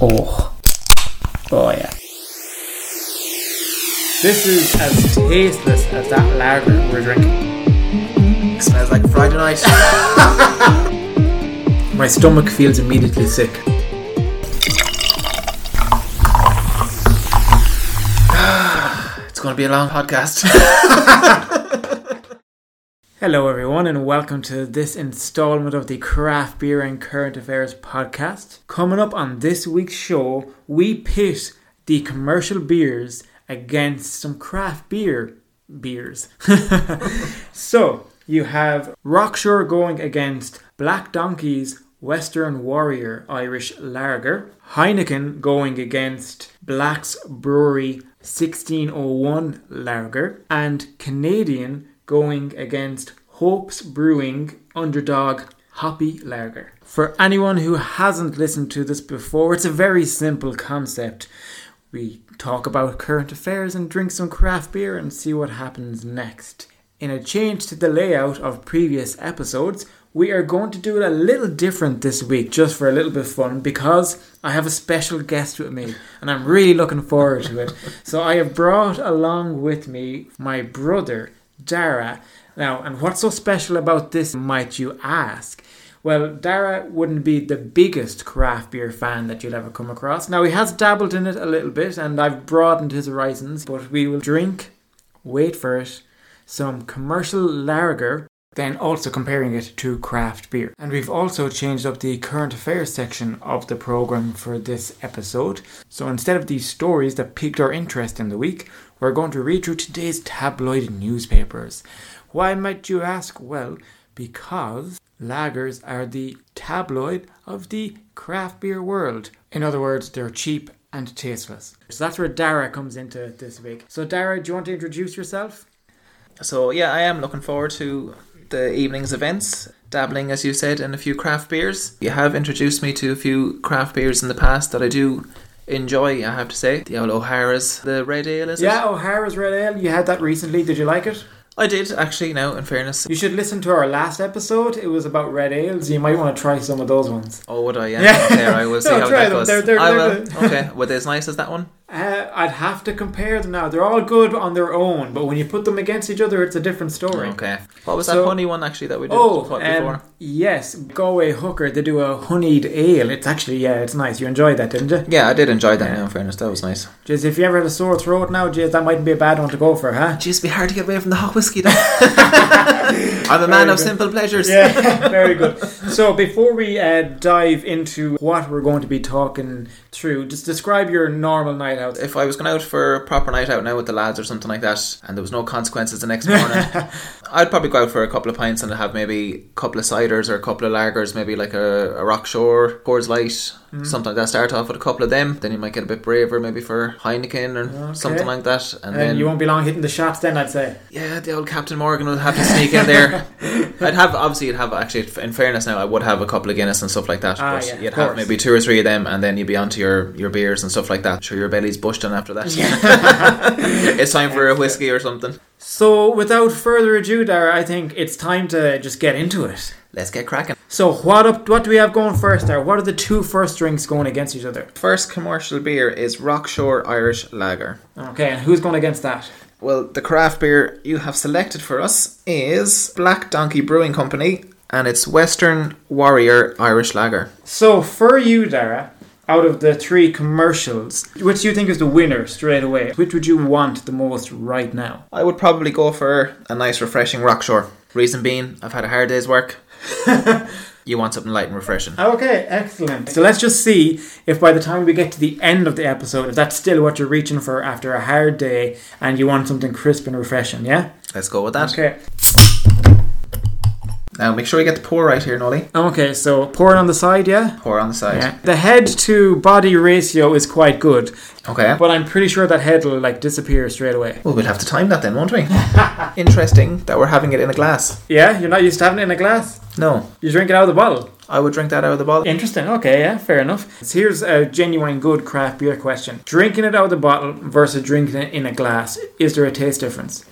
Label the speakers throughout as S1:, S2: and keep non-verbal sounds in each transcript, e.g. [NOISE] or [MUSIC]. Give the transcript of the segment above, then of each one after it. S1: Oh. Oh, yeah.
S2: This is as tasteless as that lager we're drinking.
S3: Smells like Friday night.
S2: [LAUGHS] My stomach feels immediately sick. [SIGHS]
S3: it's going to be a long podcast.
S2: Hello, everyone, and welcome to this installment of the Craft Beer and Current Affairs podcast. Coming up on this week's show, we pit the commercial beers against some craft beer beers. [LAUGHS] so, you have Rockshore going against Black Donkey's Western Warrior Irish Lager, Heineken going against Black's Brewery 1601 Lager, and Canadian going against Hope's Brewing Underdog Hoppy Lager. For anyone who hasn't listened to this before, it's a very simple concept. We talk about current affairs and drink some craft beer and see what happens next. In a change to the layout of previous episodes, we are going to do it a little different this week, just for a little bit of fun, because I have a special guest with me, and I'm really looking forward to it. So I have brought along with me my brother, Dara. Now, and what's so special about this, might you ask? Well, Dara wouldn't be the biggest craft beer fan that you'll ever come across. Now, he has dabbled in it a little bit, and I've broadened his horizons, but we will drink, wait for it, some commercial lager, then also comparing it to craft beer. And we've also changed up the current affairs section of the program for this episode. So instead of these stories that piqued our interest in the week, we're going to read through today's tabloid newspapers. Why might you ask? Well, because lagers are the tabloid of the craft beer world. In other words, they're cheap and tasteless. So that's where Dara comes into it this week. So Dara, do you want to introduce yourself?
S3: so, yeah, I am looking forward to the evening's events, dabbling, as you said, in a few craft beers. You have introduced me to a few craft beers in the past that I do enjoy, I have to say. The old O'Hara's, the Red Ale, is
S2: Yeah,
S3: it?
S2: O'Hara's Red Ale. You had that recently. Did you like it?
S3: I did, actually, now, in fairness.
S2: You should listen to our last episode. It was about red ales. You might want to try some of those ones.
S3: Oh, would I? Yeah,
S2: Yeah.
S3: there,
S2: [LAUGHS]
S3: I will see
S2: No,
S3: how
S2: try
S3: that
S2: them.
S3: goes.
S2: They're- they're-
S3: I
S2: they're [LAUGHS]
S3: will. okay, were they as nice as that one?
S2: Uh, I'd have to compare them now. They're all good on their own, but when you put them against each other, it's a different story.
S3: Okay. What was
S2: So-
S3: that funny one, actually, that we did
S2: Oh,
S3: quite
S2: um,
S3: before?
S2: yes, Galway Hooker. They do a honeyed ale. It's actually yeah, it's nice. You enjoyed that, didn't you?
S3: Yeah, I did enjoy that. Now, in fairness, that was nice.
S2: Jeez, if you ever had a sore throat now, jeez, that mightn't be a bad one to go for, huh?
S3: Jeez, it'd be hard to get away from the hot whiskey. Though. [LAUGHS] I'm a man
S2: Very
S3: of
S2: good.
S3: simple [LAUGHS] pleasures.
S2: Yeah, very good. So before we uh, dive into what we're going to be talking through, just describe your normal night out.
S3: If I was going out for a proper night out now with the lads or something like that, and there was no consequences the next morning, [LAUGHS] I'd probably go out for a couple of pints and have maybe a couple of ciders or a couple of lagers, maybe like a, a Rockshore, Coors Light, something like that. Start off with a couple of them, then you might get a bit braver, maybe for Heineken or
S2: Okay.
S3: something like that, and,
S2: And
S3: then
S2: you won't be long hitting the shots then, I'd say.
S3: Yeah, the old Captain Morgan will have to sneak
S2: [LAUGHS]
S3: in there. I'd have obviously, you'd have actually. In fairness, now I would have a couple of Guinness and stuff like that.
S2: Ah,
S3: but
S2: yeah, of
S3: you'd have
S2: course.
S3: maybe two or three of them, and then you'd be onto your your beers and stuff like that. Sure, your belly's bushed on after that. [LAUGHS] it's time for a whiskey or something.
S2: So without further ado, Dara, I think it's time to just get into it.
S3: Let's get cracking.
S2: So what up? What do we have going first, Dara? What are the two first drinks going against each other?
S3: First commercial beer is Rockshore Irish Lager.
S2: Okay, and who's going against that?
S3: Well, the craft beer you have selected for us is Black Donkey Brewing Company, and it's Western Warrior Irish Lager.
S2: So for you, Dara, out of the three commercials, which do you think is the winner straight away? Which would you want the most right now?
S3: I would probably go for a nice, refreshing Rockshore. Reason being, I've had a hard day's work. [LAUGHS] you want something light and refreshing.
S2: Okay, excellent. So let's just see if by the time we get to the end of the episode, if that's still what you're reaching for after a hard day and you want something crisp and refreshing, yeah?
S3: Let's go with that.
S2: Okay.
S3: Now, make sure you get the pour right here, Nolly.
S2: Okay, so pour it on the side, yeah?
S3: Pour on the side.
S2: Yeah. The head to body ratio is quite good,
S3: Okay.
S2: but I'm pretty sure that head will like disappear straight away.
S3: Well, we'll have to time that then,
S2: [LAUGHS]
S3: won't we? Interesting that we're having it in a glass.
S2: Yeah, you're not used to having it in a glass.
S3: No,
S2: You drink it out of the bottle.
S3: I would drink that out of the bottle.
S2: Interesting. Okay, yeah, fair enough. So here's a genuine good craft beer question: Drinking it out of the bottle versus drinking it in a glass, is there a taste difference?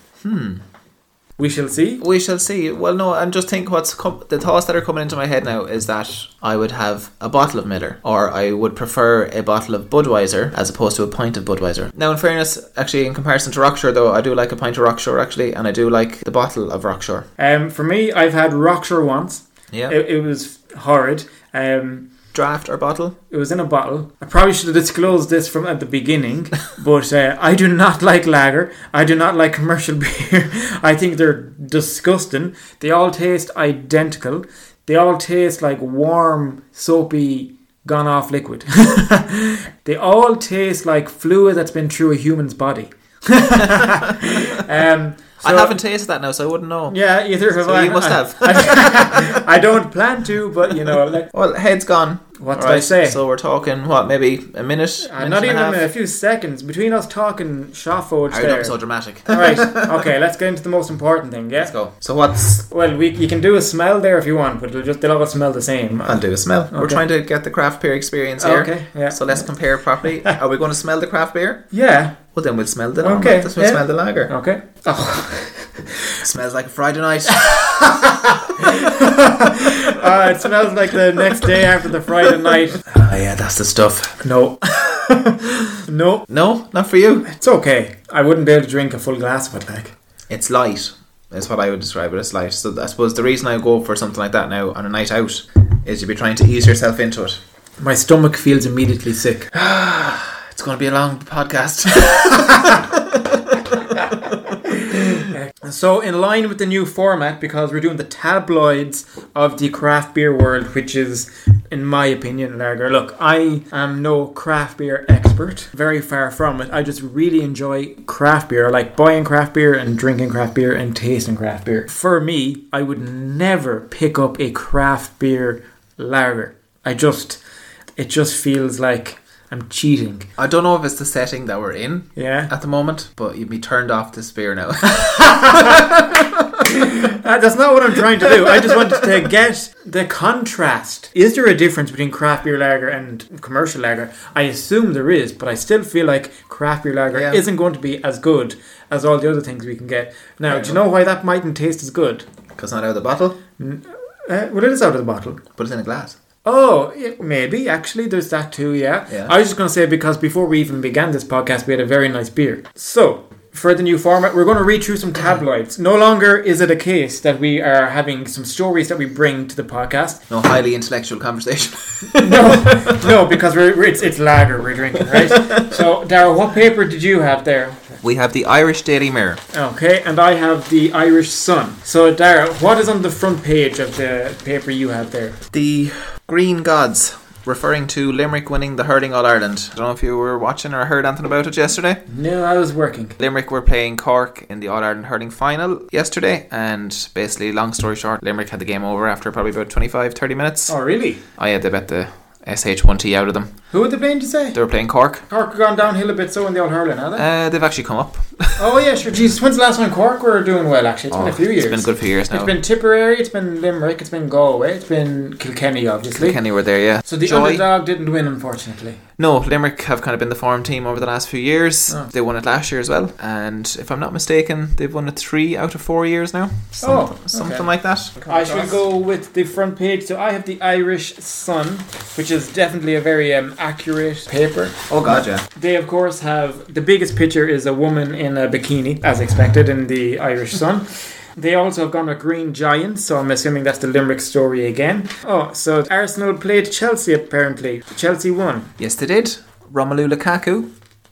S2: We shall see.
S3: We shall see. Well, no, and just think what's com- the thoughts that are coming into my head now is that I would have a bottle of Miller, or I would prefer a bottle of Budweiser as opposed to a pint of Budweiser. Now, in fairness, actually, in comparison to Rockshore, though, I do like a pint of Rockshore actually, and I do like the bottle of Rockshore.
S2: Um, for me, I've had Rockshore once.
S3: Yeah,
S2: It, it was horrid. Um,
S3: draft or bottle.
S2: it was in a bottle. I probably should have disclosed this from at the
S3: [LAUGHS]
S2: beginning, but uh, I do not like lager. I do not like commercial [LAUGHS] beer. I think they're disgusting. They all taste identical. They all taste like warm, soapy, gone off liquid. [LAUGHS] they all taste like fluid that's been through a human's body. [LAUGHS]
S3: [LAUGHS]
S2: um,
S3: I
S2: so-
S3: haven't tasted that now, so I wouldn't know.
S2: Yeah, either have
S3: So
S2: I.
S3: you
S2: [LAUGHS]
S3: must
S2: I-
S3: have.
S2: I, I don't plan to, but you know, like,
S3: Well, head's gone.
S2: what did I
S3: Right,
S2: say?
S3: So we're talking what, maybe
S2: Uh,
S3: a minute, minute
S2: not
S3: and
S2: even
S3: a half.
S2: a few seconds between us talking Shafford
S3: Harry, don't
S2: there.
S3: be so dramatic.
S2: All right, okay, let's get into the most important thing.
S3: Let's
S2: Yeah.
S3: go. So what's
S2: Well, we you can do a smell there if you want, but it'll just they'll all smell the same.
S3: I'll do a smell. We're
S2: Okay.
S3: trying to get the craft beer experience here.
S2: Okay. Yeah.
S3: So let's compare
S2: [LAUGHS]
S3: properly. Are we going to smell the craft beer?
S2: Yeah.
S3: Well, then we'll smell the
S2: Okay,
S3: lager. We'll
S2: yeah.
S3: smell the lager.
S2: Okay.
S3: oh. Smells like a Friday night.
S2: [LAUGHS] Uh, it smells like the next day after the Friday
S3: [LAUGHS]
S2: night.
S3: Ah, yeah, that's the stuff.
S2: No. [LAUGHS] no.
S3: No, not for you.
S2: It's okay. I wouldn't be able to drink a full glass of it, like.
S3: It's light. Is what I would describe it as light. So I suppose the reason I go for something like that now on a night out is you'd be trying to ease yourself into it.
S2: My stomach feels immediately sick.
S3: It's going to be a long podcast. [LAUGHS]
S2: So, in line with the new format, because we're doing the tabloids of the craft beer world, which is, in my opinion, lager. Look, I am no craft beer expert, very far from it. I just really enjoy craft beer. I like buying craft beer and drinking craft beer and tasting craft beer. For me, I would never pick up a craft beer lager. I just, it just feels like I'm cheating.
S3: I don't know if it's the setting that we're in
S2: Yeah,
S3: at the moment, but you'd be turned off this beer now. [LAUGHS]
S2: Uh, that's not what I'm trying to do. I just wanted to get the contrast. Is there a difference between craft beer lager and commercial lager? I assume there is, but I still feel like craft beer lager
S3: Yeah.
S2: isn't going to be as good as all the other things we can get. Now,
S3: Fair
S2: do you know why that mightn't taste as good?
S3: Because not out of the bottle,
S2: Uh, well, it is out of the bottle.
S3: put it in a glass.
S2: Oh, yeah, maybe actually, there's that too. Yeah.
S3: Yeah.
S2: I was just going to say because before we even began this podcast, we had a very nice beer. So for the new format, we're going to read through some tabloids. No longer is it a case that we are having some stories that we bring to the podcast.
S3: No highly intellectual conversation. [LAUGHS]
S2: No, no, because we're, we're- it's it's lager we're drinking, right? [LAUGHS] So Daryl, what paper did you have there?
S3: we have the Irish Daily Mirror.
S2: Okay, and I have the Irish Sun. So Daryl, what is on the front page of the paper you have there?
S3: The Green Gods, referring to Limerick winning the Hurling All Ireland. I don't know if you were watching or heard anything about it yesterday.
S2: No, I was working.
S3: Limerick were playing Cork in the All Ireland Hurling final yesterday, and basically, long story short, Limerick had the game over after probably about 25 30 minutes.
S2: Oh, really?
S3: I had to bet the SH1T out of them.
S2: Who would the blame to say?
S3: They were playing Cork.
S2: Cork have gone downhill a bit, so in the old hurling, have they?
S3: Uh, they've actually come up.
S2: oh yeah, sure. Jesus, when's the last time Cork were doing well? Actually, it's been a few years.
S3: Oh, It's been a good few years now.
S2: It's been Tipperary, it's been Limerick, it's been Galway, it's been Kilkenny, obviously.
S3: Kenny were there, yeah.
S2: So the
S3: Joy.
S2: underdog didn't win, unfortunately.
S3: No, Limerick have kind of been the farm team over the last few years.
S2: Oh.
S3: They won it last year as well, and if I'm not mistaken, they've won it three out of four years now. Some,
S2: Oh, okay.
S3: something like that.
S2: I shall go with the front page. So I have the Irish Sun, which is definitely a very um, accurate paper.
S3: Oh God, yeah.
S2: They, of course, have the biggest picture is a woman in a bikini, as expected in the Irish Sun. They also have gone with Green Giants, so I'm assuming that's the Limerick story again. Oh, so Arsenal played Chelsea apparently. Chelsea won.
S3: Yes, they did. Romelu Lukaku,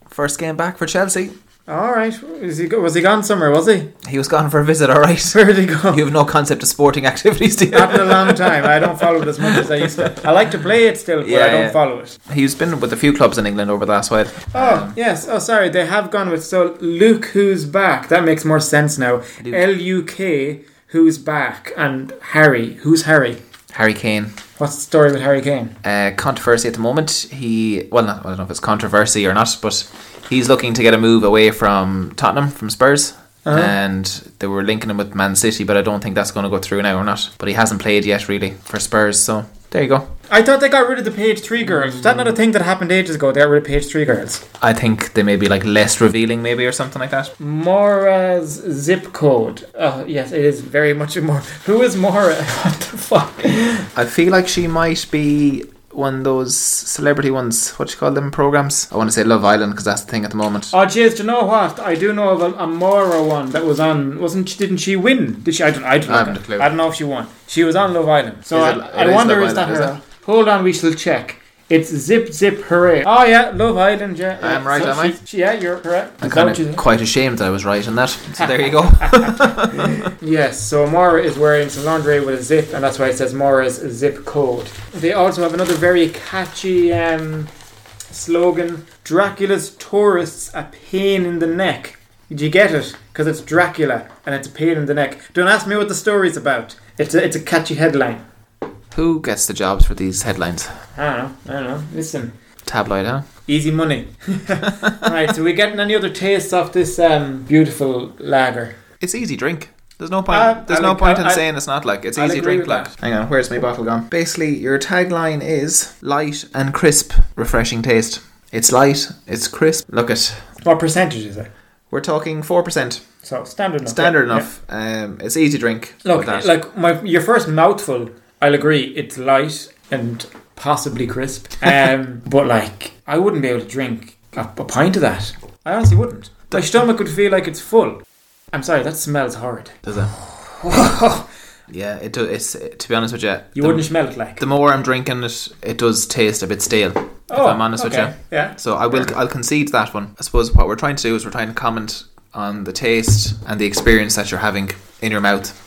S3: first game back for Chelsea.
S2: All right, is he go- was he gone somewhere? Was he? [LAUGHS]
S3: He was gone for a visit. All right. [LAUGHS]
S2: Where did he go?
S3: You have no concept of sporting activities, do
S2: [LAUGHS]
S3: you?
S2: Not in a long time. I don't follow it as much as I used to. I like to play it still, but
S3: Yeah,
S2: I don't
S3: yeah.
S2: follow it.
S3: He's been with a few clubs in England over the last while.
S2: Oh yes. Oh sorry, they have gone with so Luke who's back. That makes more sense now.
S3: Luke.
S2: L U K who's back and Harry. Who's Harry?
S3: Harry Kane.
S2: What's the story with Harry Kane?
S3: uh, controversy at the moment. He well, not, I don't know if it's controversy or not, but he's looking to get a move away from Tottenham from Spurs.
S2: Uh-huh.
S3: And they were linking him with Man City, but I don't think that's going to go through now or not. But he hasn't played yet, really, for Spurs. So There you go.
S2: I thought they got rid of the page three girls. Is that not a thing that happened ages ago? They got rid of page three girls.
S3: I think they may be like less revealing, maybe, or something like that.
S2: Mora's zip code. Oh yes, it is very much more. [LAUGHS] Who is Mora? what the fuck?
S3: I feel like she might be one of those celebrity ones. What you call them programs? I want to say Love Island because that's the thing at the moment.
S2: Oh jeez, do you know what? I do know of a, a Mora one that was on. Wasn't she? Didn't she win? Did she? I don't. I don't,
S3: I
S2: know.
S3: haven't a clue.
S2: I don't know if she won. She was on Love Island. So
S3: Is
S2: I,
S3: it-
S2: I
S3: it is
S2: wonder
S3: Love
S2: is that
S3: Island,
S2: her?
S3: is
S2: Hold on, we shall check. It's zip zip hooray. Oh yeah, Love Island. Yeah,
S3: I am
S2: yeah.
S3: right,
S2: So
S3: am I?
S2: she- she- yeah, you're correct.
S3: I'm
S2: Is that
S3: kind
S2: what you
S3: of
S2: think?
S3: quite ashamed that I was right on that. So there
S2: [LAUGHS]
S3: you go.
S2: Yes, so Mara is wearing some lingerie with a zip, and that's why it says Mara's zip code. They also have another very catchy um, slogan Dracula's tourists a pain in the neck. Did you get it? Because it's Dracula and it's a pain in the neck. Don't ask me what the story's about. It's a, it's a catchy headline.
S3: Who gets the jobs for these headlines?
S2: I don't know, I don't know. Listen,
S3: Tabloid, huh?
S2: easy money. [LAUGHS] Alright, so we getting any other tastes off this um, beautiful lager?
S3: It's easy drink. There's no point.
S2: Uh,
S3: There's
S2: I'll
S3: no
S2: ag-
S3: point in
S2: I'll-
S3: saying it's not like it's
S2: I'll
S3: easy
S2: agree
S3: drink.
S2: with
S3: Like, hang on, where's my bottle gone? Basically, your tagline is light and crisp, refreshing taste. It's light. It's crisp. Look at.
S2: What percentage is it?
S3: We're talking four percent.
S2: So, standard enough.
S3: Standard
S2: Yeah, yeah.
S3: enough. Um, it's easy drink.
S2: Look,
S3: with that.
S2: like my your first mouthful, I'll agree it's light and possibly crisp.
S3: [LAUGHS]
S2: Um, but like, I wouldn't be able to drink a, a pint of that. I honestly wouldn't. My stomach would feel like it's full. I'm sorry, that smells horrid.
S3: Does it?
S2: [LAUGHS]
S3: Yeah, it do, it's to be honest with you.
S2: you
S3: the,
S2: wouldn't smell it like.
S3: The more I'm drinking it, it does taste a bit stale.
S2: oh,
S3: if I'm honest
S2: okay.
S3: with you. [LAUGHS]
S2: Yeah.
S3: So I will. I'll concede that one. I suppose what we're trying to do is we're trying to comment on the taste and the experience that you're having in your mouth.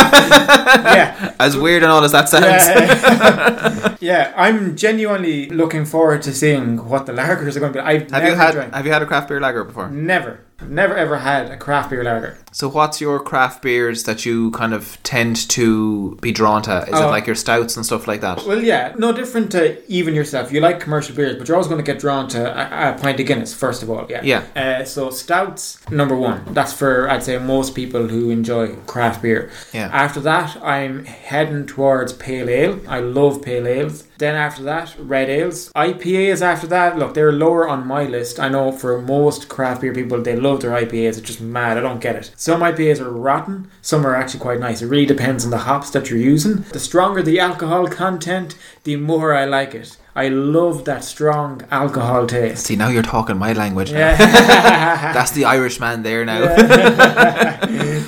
S2: yeah.
S3: As weird and all as that sounds.
S2: Yeah. [LAUGHS] yeah, I'm genuinely looking forward to seeing what the lagers are going to be. I've
S3: [LAUGHS] Have
S2: never
S3: you had
S2: drank-
S3: Have you had a craft beer lager before?
S2: never, never ever had a craft beer lager.
S3: So what's your craft beers that you kind of tend to be drawn to? Is it
S2: Oh.
S3: like your stouts and stuff like that?
S2: Well, yeah, no different to even yourself. You like commercial beers, but you're always going to get drawn to a, a pint of Guinness, first of all. Yeah.
S3: Yeah.
S2: Uh, so stouts, number one. That's for, I'd say, most people who enjoy craft beer.
S3: Yeah.
S2: After that, I'm heading towards pale ale. I love pale ales. Then after that, red ales. IPAs after that, look, they're lower on my list. I know for most craft beer people, they love their IPAs. It's just mad. I don't get it. Some IPAs are rotten, some are actually quite nice. It really depends on the hops that you're using. The stronger the alcohol content, the more I like it. I love that strong alcohol taste.
S3: See, now you're talking my language.
S2: Yeah.
S3: [LAUGHS]
S2: [LAUGHS]
S3: That's the Irish man there now.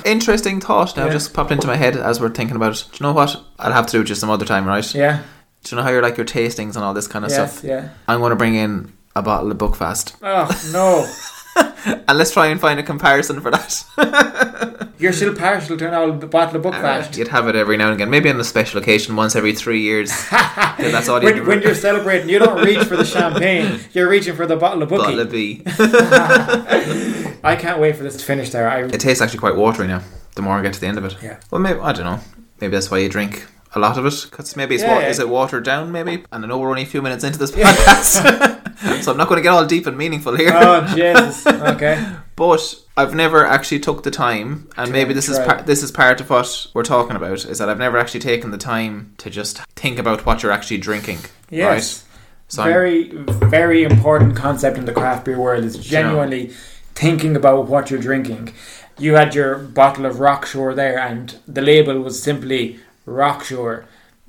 S3: [LAUGHS] Interesting thought now
S2: Yeah.
S3: just popped into my head as we're thinking about it. Do you know what? I'll have to do it just some other time, right?
S2: yeah.
S3: Do you know how you're like your tastings and all this kind of
S2: Yes,
S3: stuff?
S2: yeah.
S3: I'm going to bring in a bottle of Buckfast
S2: Oh, no.
S3: and let's try and find a comparison for that.
S2: You're still partial to an old bottle of [LAUGHS] Buckfast.
S3: You'd have it every now and again, maybe on a special occasion, once every three years. 'Cause that's all
S2: [LAUGHS]
S3: you
S2: when, when
S3: [LAUGHS]
S2: you're celebrating, you don't reach for the champagne. You're reaching for the bottle of bookie.
S3: bottle of bee.
S2: I can't wait for this to finish there. I,
S3: [LAUGHS] It tastes actually quite watery now. The more I get to the end of it.
S2: Yeah.
S3: Well, maybe I don't know. Maybe that's why you drink a lot of it because maybe it's
S2: Yeah,
S3: wa-
S2: yeah.
S3: is it watered down? Maybe. And I know we're only a few minutes into this
S2: [LAUGHS]
S3: podcast, [LAUGHS] so I'm not going to get all deep and meaningful here.
S2: oh Jesus! Okay.
S3: but I've never actually took the time, and maybe this is
S2: try.
S3: par- this is part of what we're talking about is that I've never actually taken the time to just think about what you're actually drinking. Right?
S2: Yes.
S3: So I'm-
S2: very, very important concept in the craft beer world is genuinely thinking about what you're drinking. You had your bottle of Rockshore there, and the label was simply Rockshore.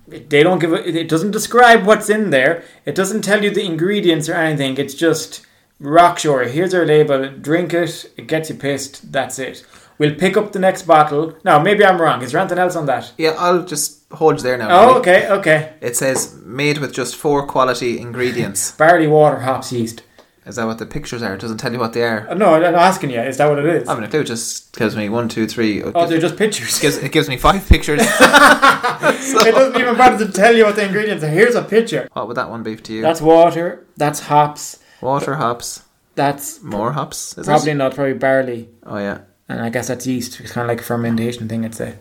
S2: They don't give a, it doesn't describe what's in there. It doesn't tell you the ingredients or anything. It's just Rockshore. Here's our label. Drink it. It gets you pissed. That's it. We'll pick up the next bottle. Now, maybe I'm wrong. Is there anything else on that?
S3: yeah, I'll just hold you there now.
S2: Oh,
S3: Molly.
S2: okay, okay.
S3: It says made with just four quality ingredients.
S2: Barley, water, hops, yeast.
S3: is that what the pictures are? It doesn't tell you what they are.
S2: Uh, No, I'm asking you. Is that what it is?
S3: I mean, a clue just gives me one, two, three. It
S2: Oh,
S3: gives,
S2: they're just pictures.
S3: gives- it gives me five pictures.
S2: [LAUGHS] it doesn't even bother to tell you what the ingredients are. Here's a picture.
S3: what would that one be to you?
S2: That's water. That's hops.
S3: Water hops,
S2: That's
S3: more hops. Is
S2: probably
S3: It?
S2: not probably barley,
S3: Oh yeah,
S2: and I guess that's yeast. It's kind of like a fermentation thing, I'd say.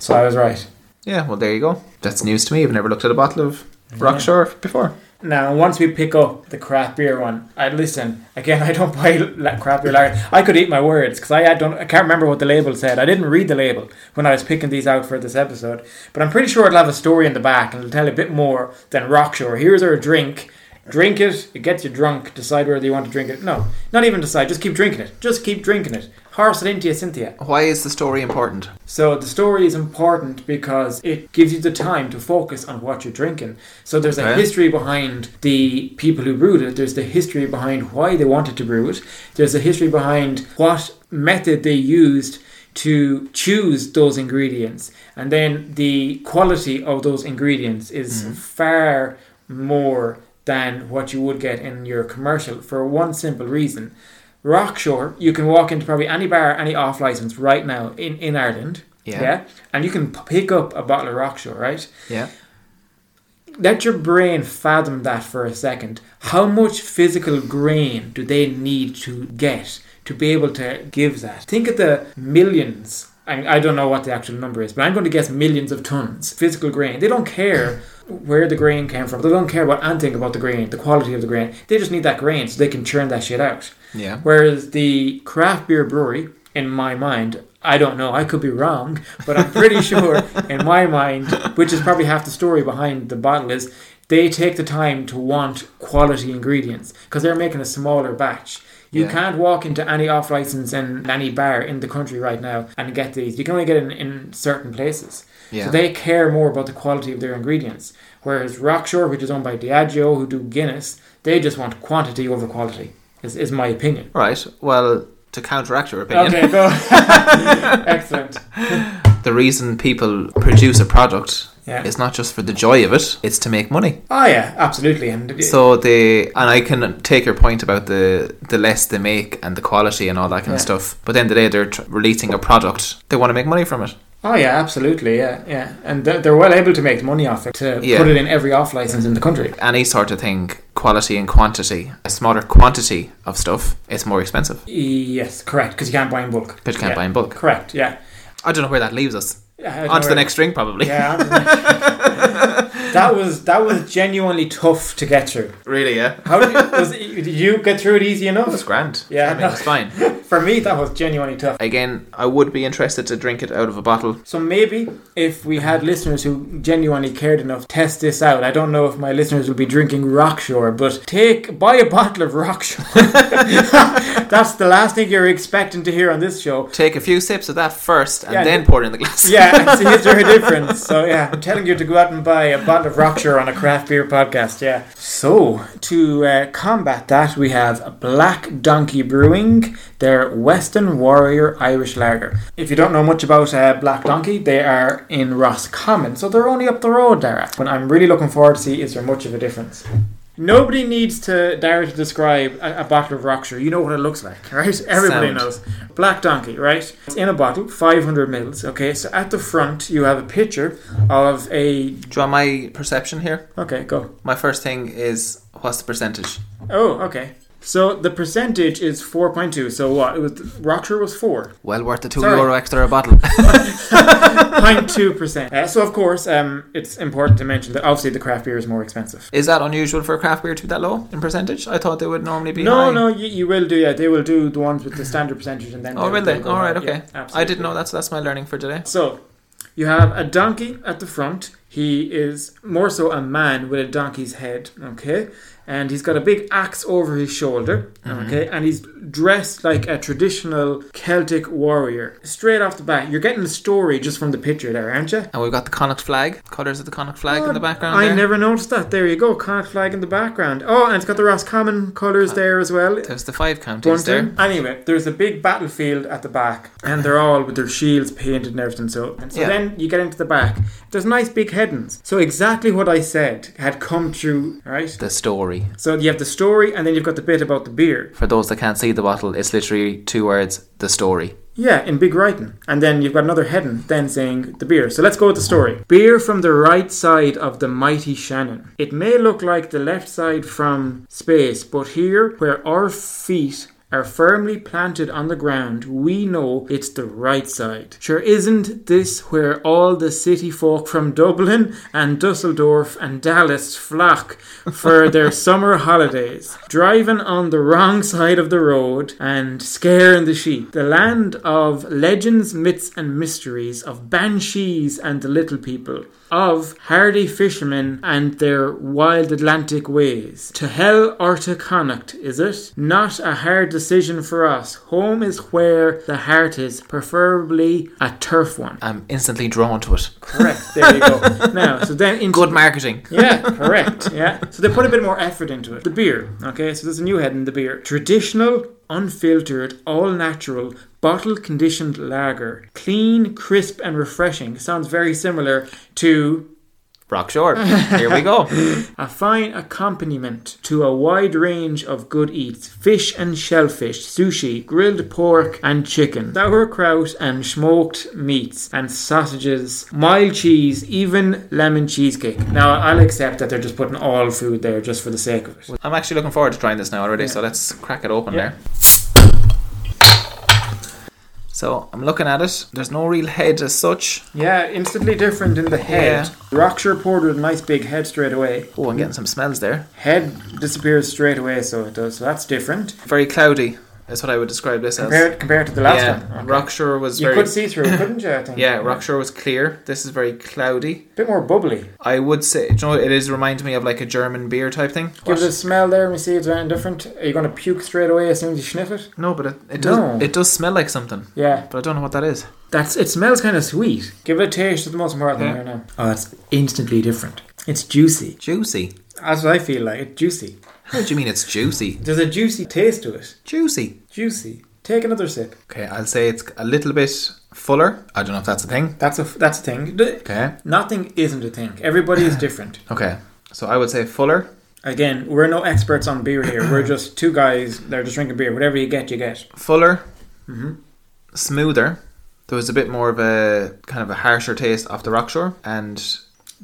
S2: So I was right.
S3: yeah. Well, there you go. That's news to me. I've never looked at a bottle of Rockshore before.
S2: Now, once we pick up the craft beer one, I listen again. [LAUGHS] I don't buy la- craft beer lager. I could eat my words because I, I don't. I can't remember what the label said. I didn't read the label when I was picking these out for this episode, but I'm pretty sure it'll have a story in the back and it'll tell a bit more than Rockshore. Here's our drink. Drink it. It gets you drunk. Decide whether you want to drink it. No, not even decide. Just keep drinking it. Just keep drinking it. Horse it into you, Cynthia.
S3: Why is the story important?
S2: So the story is important because it gives you the time to focus on what you're drinking. So there's a
S3: Okay.
S2: history behind the people who brewed it. There's the history behind why they wanted to brew it. There's a history behind what method they used to choose those ingredients. And then the quality of those ingredients is far more than what you would get in your commercial for one simple reason. Rockshore, you can walk into probably any bar, any off license right now in, in Ireland.
S3: Yeah.
S2: And you can p- pick up a bottle of Rockshore, right?
S3: Yeah.
S2: Let your brain fathom that for a second. How much physical grain do they need to get to be able to give that? Think of the millions. I, I don't know what the actual number is, but I'm going to guess millions of tons physical grain. They don't care where the grain came from. They don't care about anything about the grain, the quality of the grain. They just need that grain so they can churn that shit out.
S3: Yeah.
S2: Whereas the craft beer brewery, in my mind, I don't know, I could be wrong, but I'm
S3: [LAUGHS]
S2: pretty sure in my mind, which is probably half the story behind the bottle, is they take the time to want quality ingredients because they're making a smaller batch. You
S3: Yeah.
S2: can't walk into any off license in any bar in the country right now and get these. You can only get it in, in certain places.
S3: Yeah.
S2: So they care more about the quality of their ingredients. Whereas Rockshore, which is owned by Diageo, who do Guinness, they just want quantity over quality, is, is my opinion.
S3: Right. Well, to counteract your opinion,
S2: Okay, go. [LAUGHS] Excellent.
S3: the reason people produce a product
S2: Yeah.
S3: is not just for the joy of it; it's to make money.
S2: Oh yeah, absolutely. And
S3: So they and I can take your point about the the less they make and the quality and all that kind of
S2: Yeah.
S3: stuff. But then the day they're tr- releasing a product, they want to make money from it.
S2: oh yeah, absolutely. Yeah, yeah. And they're, they're well able to make money off it to
S3: Yeah.
S2: put it in every off license in the country.
S3: Any sort of thing, quality and quantity. A smaller quantity of stuff, it's more expensive.
S2: Yes, correct. Because you can't buy in bulk.
S3: But you can't
S2: Yeah.
S3: buy in bulk.
S2: Correct. Yeah.
S3: I don't know where that leaves us.
S2: Yeah, I
S3: On to
S2: know
S3: the
S2: where-
S3: next string, probably.
S2: Yeah. on to the next- that was that was genuinely tough to get through.
S3: [LAUGHS] Really, yeah.
S2: How did you, was it, did you get through it easy
S3: It
S2: enough?
S3: was grand.
S2: Yeah,
S3: [LAUGHS] I mean,
S2: no.
S3: it was fine.
S2: For me, that was genuinely tough.
S3: Again, I would be interested to drink it out of a bottle.
S2: So maybe if we had listeners who genuinely cared enough, test this out. I don't know if my listeners will be drinking Rockshore, but take buy a bottle of Rockshore. [LAUGHS] That's the last thing you're expecting to hear on this show.
S3: Take a few sips of that first and
S2: Yeah.
S3: then pour it in the glass.
S2: Yeah, see, is there a difference? So yeah, I'm telling you to go out and buy a bottle of Rockshore on a craft beer podcast. Yeah. So to uh, combat that, we have Black Donkey Brewing, their Western Warrior Irish Lager. If you don't know much about uh, Black Donkey, they are in Roscommon, so they're only up the road, Dara. But I'm really looking forward to see is there much of a difference. Nobody needs to dare to describe a, a bottle of Rockshire. You know what it looks like, [LAUGHS] right? Everybody
S3: Sound.
S2: knows. Black Donkey, right? It's in a bottle, 500 mils. Okay, so at the front you have a picture of a.
S3: Do you want my perception here?
S2: Okay, go.
S3: My first thing is what's the percentage?
S2: Oh, okay. So the percentage is 4.2. So what? It was Rockshire was [LAUGHS] 4.
S3: Well worth the two
S2: Sorry.
S3: euro extra
S2: [LAUGHS]
S3: a bottle.
S2: 0.2%. Uh, so of course, um, it's important to mention that obviously the craft beer is more expensive.
S3: Is that unusual for a craft beer to be that low in percentage? I thought they would normally be
S2: no,
S3: high.
S2: no, you, you will do. Yeah, they will do the ones with the standard percentage, and then.
S3: Oh, will they?
S2: they'll go
S3: All right,
S2: high. Yeah,
S3: okay. I
S2: absolutely.
S3: didn't know that, so that's my learning for today.
S2: So, you have a donkey at the front. He is more so a man with a donkey's head. Okay, and he's got a big axe over his shoulder.
S3: Mm-hmm.
S2: Okay, and he's dressed like a traditional Celtic warrior. Straight off the bat, you're getting the story just from the picture there, aren't you?
S3: And we've got the Connacht flag, colours of the Connacht flag in the background.
S2: I
S3: there.
S2: never noticed that. There you go, Connacht flag in the background. Oh, and it's got the Roscommon colours there as well.
S3: There's the five counties there.
S2: Anyway, there's a big battlefield at the back, and they're all with their shields painted and everything. So, and so
S3: Yeah.
S2: then you get into the back. There's nice big headings. So exactly what I said had come true, right?
S3: The story.
S2: So you have the story, and then you've got the bit about the beer.
S3: For those that can't see the bottle, it's literally two words: the story.
S2: Yeah, in big writing. And then you've got another heading, then saying the beer. So let's go with the story. Beer from the right side of the mighty Shannon. It may look like the left side from space, but here, where our feet are firmly planted on the ground, we know it's the right side. Sure, isn't this where all the city folk from Dublin and Dusseldorf and Dallas flock for their summer holidays? Driving on the wrong side of the road and scaring the sheep. The land of legends, myths, and mysteries, of banshees and the little people, of hardy fishermen and their wild Atlantic ways. To hell or to connacht, is it? Not a hard decision for us. Home is where the heart is, preferably a turf one.
S3: I'm instantly drawn to it.
S2: Correct. There you go. now, so [LAUGHS] then into
S3: Good marketing.
S2: yeah, correct. Yeah. So they put a bit more effort into it. The beer. Okay, so there's a new heading the beer. Traditional, unfiltered, all natural, bottle conditioned lager. Clean, crisp, and refreshing. Sounds very similar to
S3: Rock Shore. Here
S2: [LAUGHS]
S3: we go.
S2: a fine accompaniment to a wide range of good eats fish and shellfish, sushi, grilled pork and chicken, sauerkraut and smoked meats, and sausages, mild cheese, even lemon cheesecake. Now, I'll accept that they're just putting all food there just for the sake of it.
S3: I'm actually looking forward to trying this now already, so let's crack it open
S2: Yeah.
S3: there. So I'm looking at it. There's no real head as such.
S2: Yeah, instantly different in the head. Rockshire Porter with a nice big head straight away.
S3: Oh, I'm getting some smells there.
S2: Head disappears straight away, so it does. So that's different.
S3: Very cloudy is what I would describe this as.
S2: Compared, compared to the last
S3: yeah,
S2: one. Okay.
S3: Rockshore was
S2: you
S3: very.
S2: could see through, it, couldn't you? I think.
S3: yeah, Rockshore was clear. This is very cloudy.
S2: A bit more bubbly.
S3: I would say, do you know, what? it is reminds me of like a German beer type thing.
S2: Give it a smell there and we see if it's anything different. Are you going to puke straight away as soon as you sniff it?
S3: No, but it, it does.
S2: No.
S3: It does smell like something,
S2: Yeah.
S3: but I don't know what that is.
S2: That's It smells kind of sweet. Give it a taste, it's the most important
S3: Yeah.
S2: thing right now. Oh, it's instantly different. It's juicy.
S3: Juicy.
S2: That's what I feel like. It's juicy.
S3: How do you mean it's juicy?
S2: There's a juicy taste to it.
S3: Juicy.
S2: Juicy. Take another sip.
S3: Okay, I'll say it's a little bit fuller. I don't know if that's a thing.
S2: That's a that's a thing. The-
S3: Okay.
S2: Nothing isn't a thing. Everybody [SIGHS] is different.
S3: Okay. So I would say fuller.
S2: Again, we're no experts on beer here. We're [CLEARS THROAT] just two guys. They're just drinking beer. Whatever you get, you get.
S3: Fuller. mm-hmm. Smoother. There was a bit more of a kind of a harsher taste off the Rockshore, and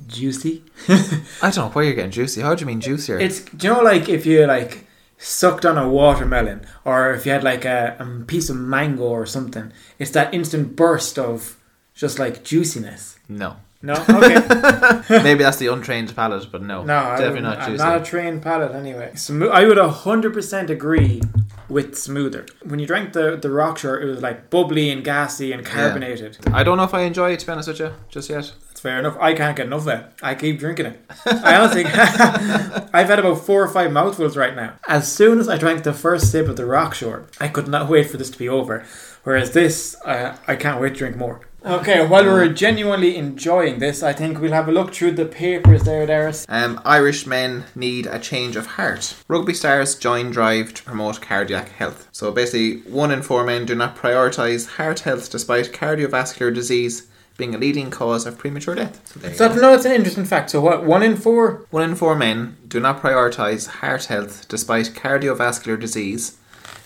S2: Juicy. [LAUGHS]
S3: I don't know where you're getting juicy. How do you mean juicier?
S2: It's do you know like if you like sucked on a watermelon or if you had like a, a piece of mango or something. It's that instant burst of just like juiciness. [LAUGHS]
S3: no.
S2: No, [LAUGHS] okay,
S3: Maybe that's the untrained palate, but no.
S2: no, I
S3: definitely
S2: wouldn't-
S3: not
S2: I'm
S3: juicy.
S2: not a trained palate anyway. Smo- I would hundred percent agree with smoother. When you drank the the Rockshore, it was like bubbly and gassy and carbonated.
S3: I don't know if I enjoy it to be honest with you just yet.
S2: That's fair enough. I can't get enough of it. I keep drinking it. I honestly, [LAUGHS] I've had about four or five mouthfuls right now. As soon as I drank the first sip of the Rockshore, I could not wait for this to be over. Whereas this, uh, I can't wait to drink more. Okay, while we're genuinely enjoying this, I think we'll have a look through the papers there, Darius.
S3: Um, Irish men need a change of heart. Rugby stars join drive to promote cardiac health. So basically, one in four men do not prioritise heart health despite cardiovascular disease being a leading cause of premature death. So there you
S2: So
S3: go.
S2: no, it's an interesting fact. So what? One in four.
S3: One in four men do not prioritise heart health despite cardiovascular disease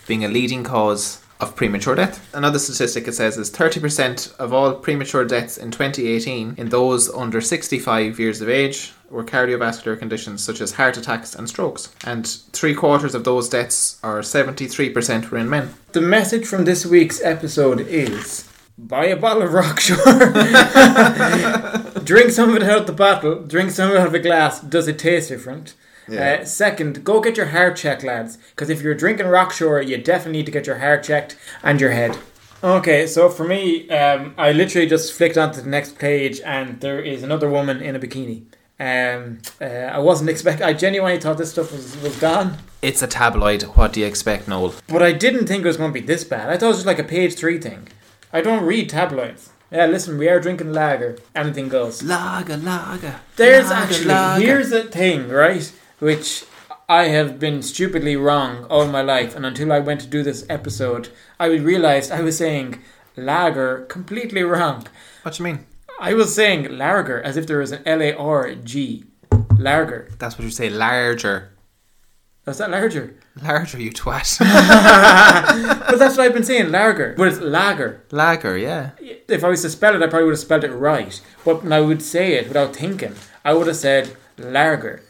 S3: being a leading cause of premature death. Another statistic it says is 30% of all premature deaths in 2018 in those under 65 years of age were cardiovascular conditions such as heart attacks and strokes. And three quarters of those deaths, or 73%, were in men.
S2: The message from this week's episode is: buy a bottle of Rockshore, drink some of it out the bottle, drink some of it out of a glass. Does it taste different?
S3: Yeah.
S2: Uh, second, go get your heart checked, lads. Because if you're drinking Rockshore, you definitely need to get your heart checked and your head. Okay, so for me, um, I literally just flicked onto the next page, and there is another woman in a bikini. Um, uh, I wasn't expect. I genuinely thought this stuff was, was gone.
S3: It's a tabloid. What do you expect, Noel?
S2: But I didn't think it was going to be this bad. I thought it was just like a page three thing. I don't read tabloids. Yeah, listen, we are drinking lager. Anything goes.
S3: Lager, lager.
S2: There's
S3: lager,
S2: actually
S3: lager.
S2: here's a thing, right? Which I have been stupidly wrong all my life, and until I went to do this episode, I realized I was saying lager completely wrong.
S3: What do you mean?
S2: I was saying lager as if there was an L A R G, lager.
S3: That's what you say, larger.
S2: Was that larger?
S3: Larger, you twat. [LAUGHS]
S2: But that's what I've been saying, lager. But it's lager.
S3: Lager, yeah.
S2: if I was to spell it, I probably would have spelled it right. But when I would say it without thinking, I would have said lager.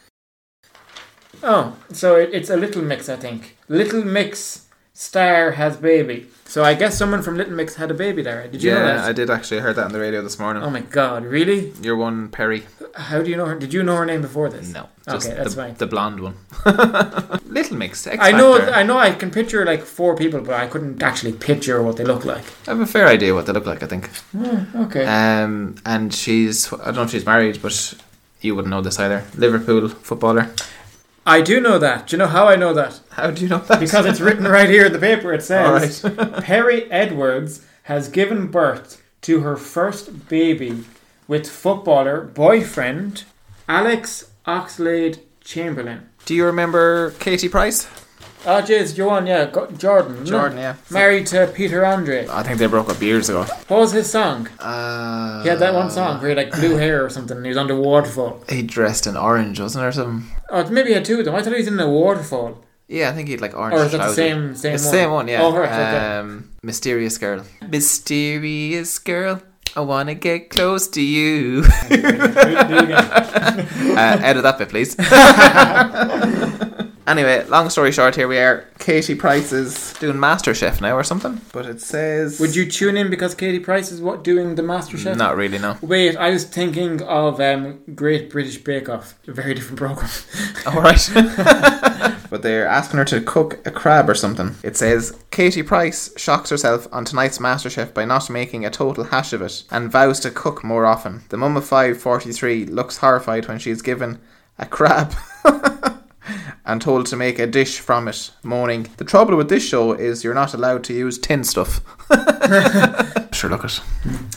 S2: Oh, so it, it's a little mix, I think. Little mix Star has baby. So I guess someone from Little Mix had a baby there. Did you know
S3: yeah,
S2: that?
S3: I did actually. I heard that on the radio this morning.
S2: Oh my god, really?
S3: Your one, Perry.
S2: How do you know her? Did you know her name before this?
S3: No,
S2: Okay, that's
S3: the,
S2: fine.
S3: The blonde one, [LAUGHS] Little Mix. X
S2: I know,
S3: Factor.
S2: I know, I can picture like four people, but I couldn't actually picture what they look like.
S3: I have a fair idea what they look like. I think.
S2: Okay.
S3: Um, and she's I don't know if she's married, but you wouldn't know this either. Liverpool footballer.
S2: I do know that. Do you know how I know that?
S3: How do you know that?
S2: Because it's written right here in the paper. It says [LAUGHS]
S3: [LAUGHS]
S2: Perry Edwards has given birth to her first baby with footballer boyfriend Alex Oxlade Chamberlain.
S3: Do you remember Katie Price?
S2: Ah, jeez, Johan, yeah, go- Jordan. no?
S3: Jordan, yeah.
S2: Married to Peter Andre.
S3: I think they broke up years ago.
S2: What was his song?
S3: Uh,
S2: He had that one song where he had like blue hair or something and he was under a waterfall.
S3: He dressed in orange, wasn't there? Something.
S2: Oh, maybe he had two of them. I thought he was in a
S3: [LAUGHS]
S2: waterfall.
S3: Yeah, I think he'd like orange.
S2: Or is it the
S3: trousers.
S2: same, same
S3: It's
S2: one?
S3: same one, yeah.
S2: Oh, right, okay.
S3: um, mysterious girl. Mysterious girl. I wanna get close
S2: [LAUGHS]
S3: to you. uh, edit that bit,
S2: [LAUGHS]
S3: please. anyway, long story short, here we are. Katie Price is doing MasterChef now or something. But it says.
S2: Would you tune in because Katie Price is what doing the MasterChef?
S3: Not really, no.
S2: Wait, I was thinking of um, Great British Bake Off, a very different program. [LAUGHS]
S3: [LAUGHS] All right. but they're asking her to cook a crab or something. It says Katie Price shocks herself on tonight's MasterChef by not making a total hash of it and vows to cook more often. The mum of five, 43, looks horrified when she is given a crab. [LAUGHS] And told to make a dish from it, moaning, The trouble with this show is you're not allowed to use tin stuff. [LAUGHS] sure, look it.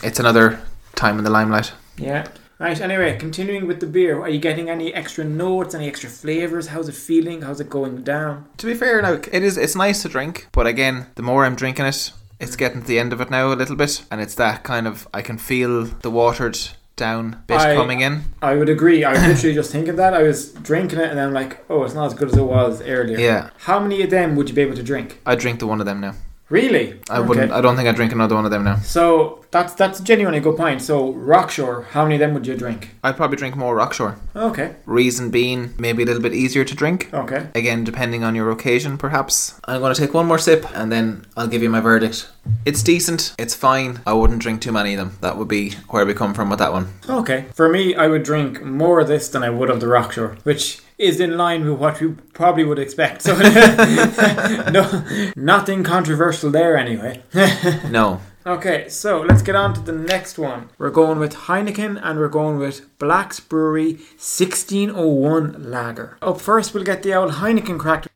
S3: It's another time in the limelight.
S2: yeah. Right, anyway, continuing with the beer, are you getting any extra notes, any extra flavours? How's it feeling? How's it going down?
S3: To be fair, now it is. It's nice to drink, but again, the more I'm drinking it, it's getting to the end of it now a little bit, and it's that kind of I can feel the watered down bit
S2: I-
S3: coming in.
S2: I would agree. I was literally just thinking that. I was drinking it and I'm like, oh, it's not as good as it was earlier.
S3: Yeah,
S2: How many of them would you be able to drink?
S3: I drink the one of them now.
S2: Really?
S3: I wouldn't. I don't think I drink another one of them now.
S2: So that's that's genuinely a good point. So Rockshore, how many of them would you drink?
S3: I'd probably drink more Rockshore.
S2: Okay,
S3: Reason being, maybe a little bit easier to drink.
S2: okay.
S3: Again, depending on your occasion, perhaps. I'm going to take one more sip and then I'll give you my verdict. It's decent, it's fine. I wouldn't drink too many of them. That would be where we come from with that one.
S2: Okay. For me, I would drink more of this than I would of the Rockshore, which is in line with what you probably would expect. So, [LAUGHS] no, nothing controversial there anyway. [LAUGHS]
S3: No,
S2: Okay, so let's get on to the next one. We're going with Heineken and we're going with Black's Brewery 1601 Lager. Up first, we'll get the old Heineken cracked.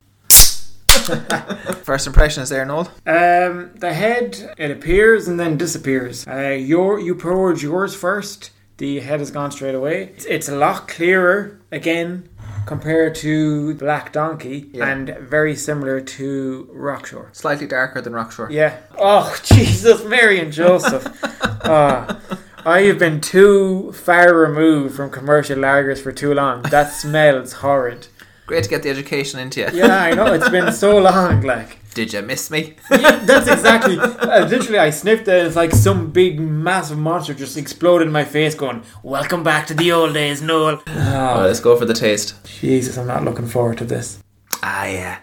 S3: First impression is there, Noel.
S2: Um, the head it appears and then disappears. Uh, your you poured yours first. The head has gone straight away. It's, it's a lot clearer again compared to Black Donkey
S3: Yeah.
S2: and very similar to Rockshore.
S3: Slightly darker than Rockshore.
S2: Yeah. Oh [LAUGHS] Jesus, Mary and Joseph. Ah, I have been too far removed from commercial lagers for too long. That smells horrid.
S3: Great to get the education into you.
S2: Yeah, [LAUGHS] I know. It's been so long. Like.
S3: [LAUGHS] Did you miss me?
S2: Yeah, [LAUGHS] that's exactly. uh, literally, I sniffed it, and it's like some big, massive monster just exploded in my face, going, "Welcome back to the old days, Noel."
S3: Oh,
S2: Oh,
S3: let's go for the taste.
S2: Jesus, I'm not looking forward to this.
S3: Ah, [LAUGHS] yeah.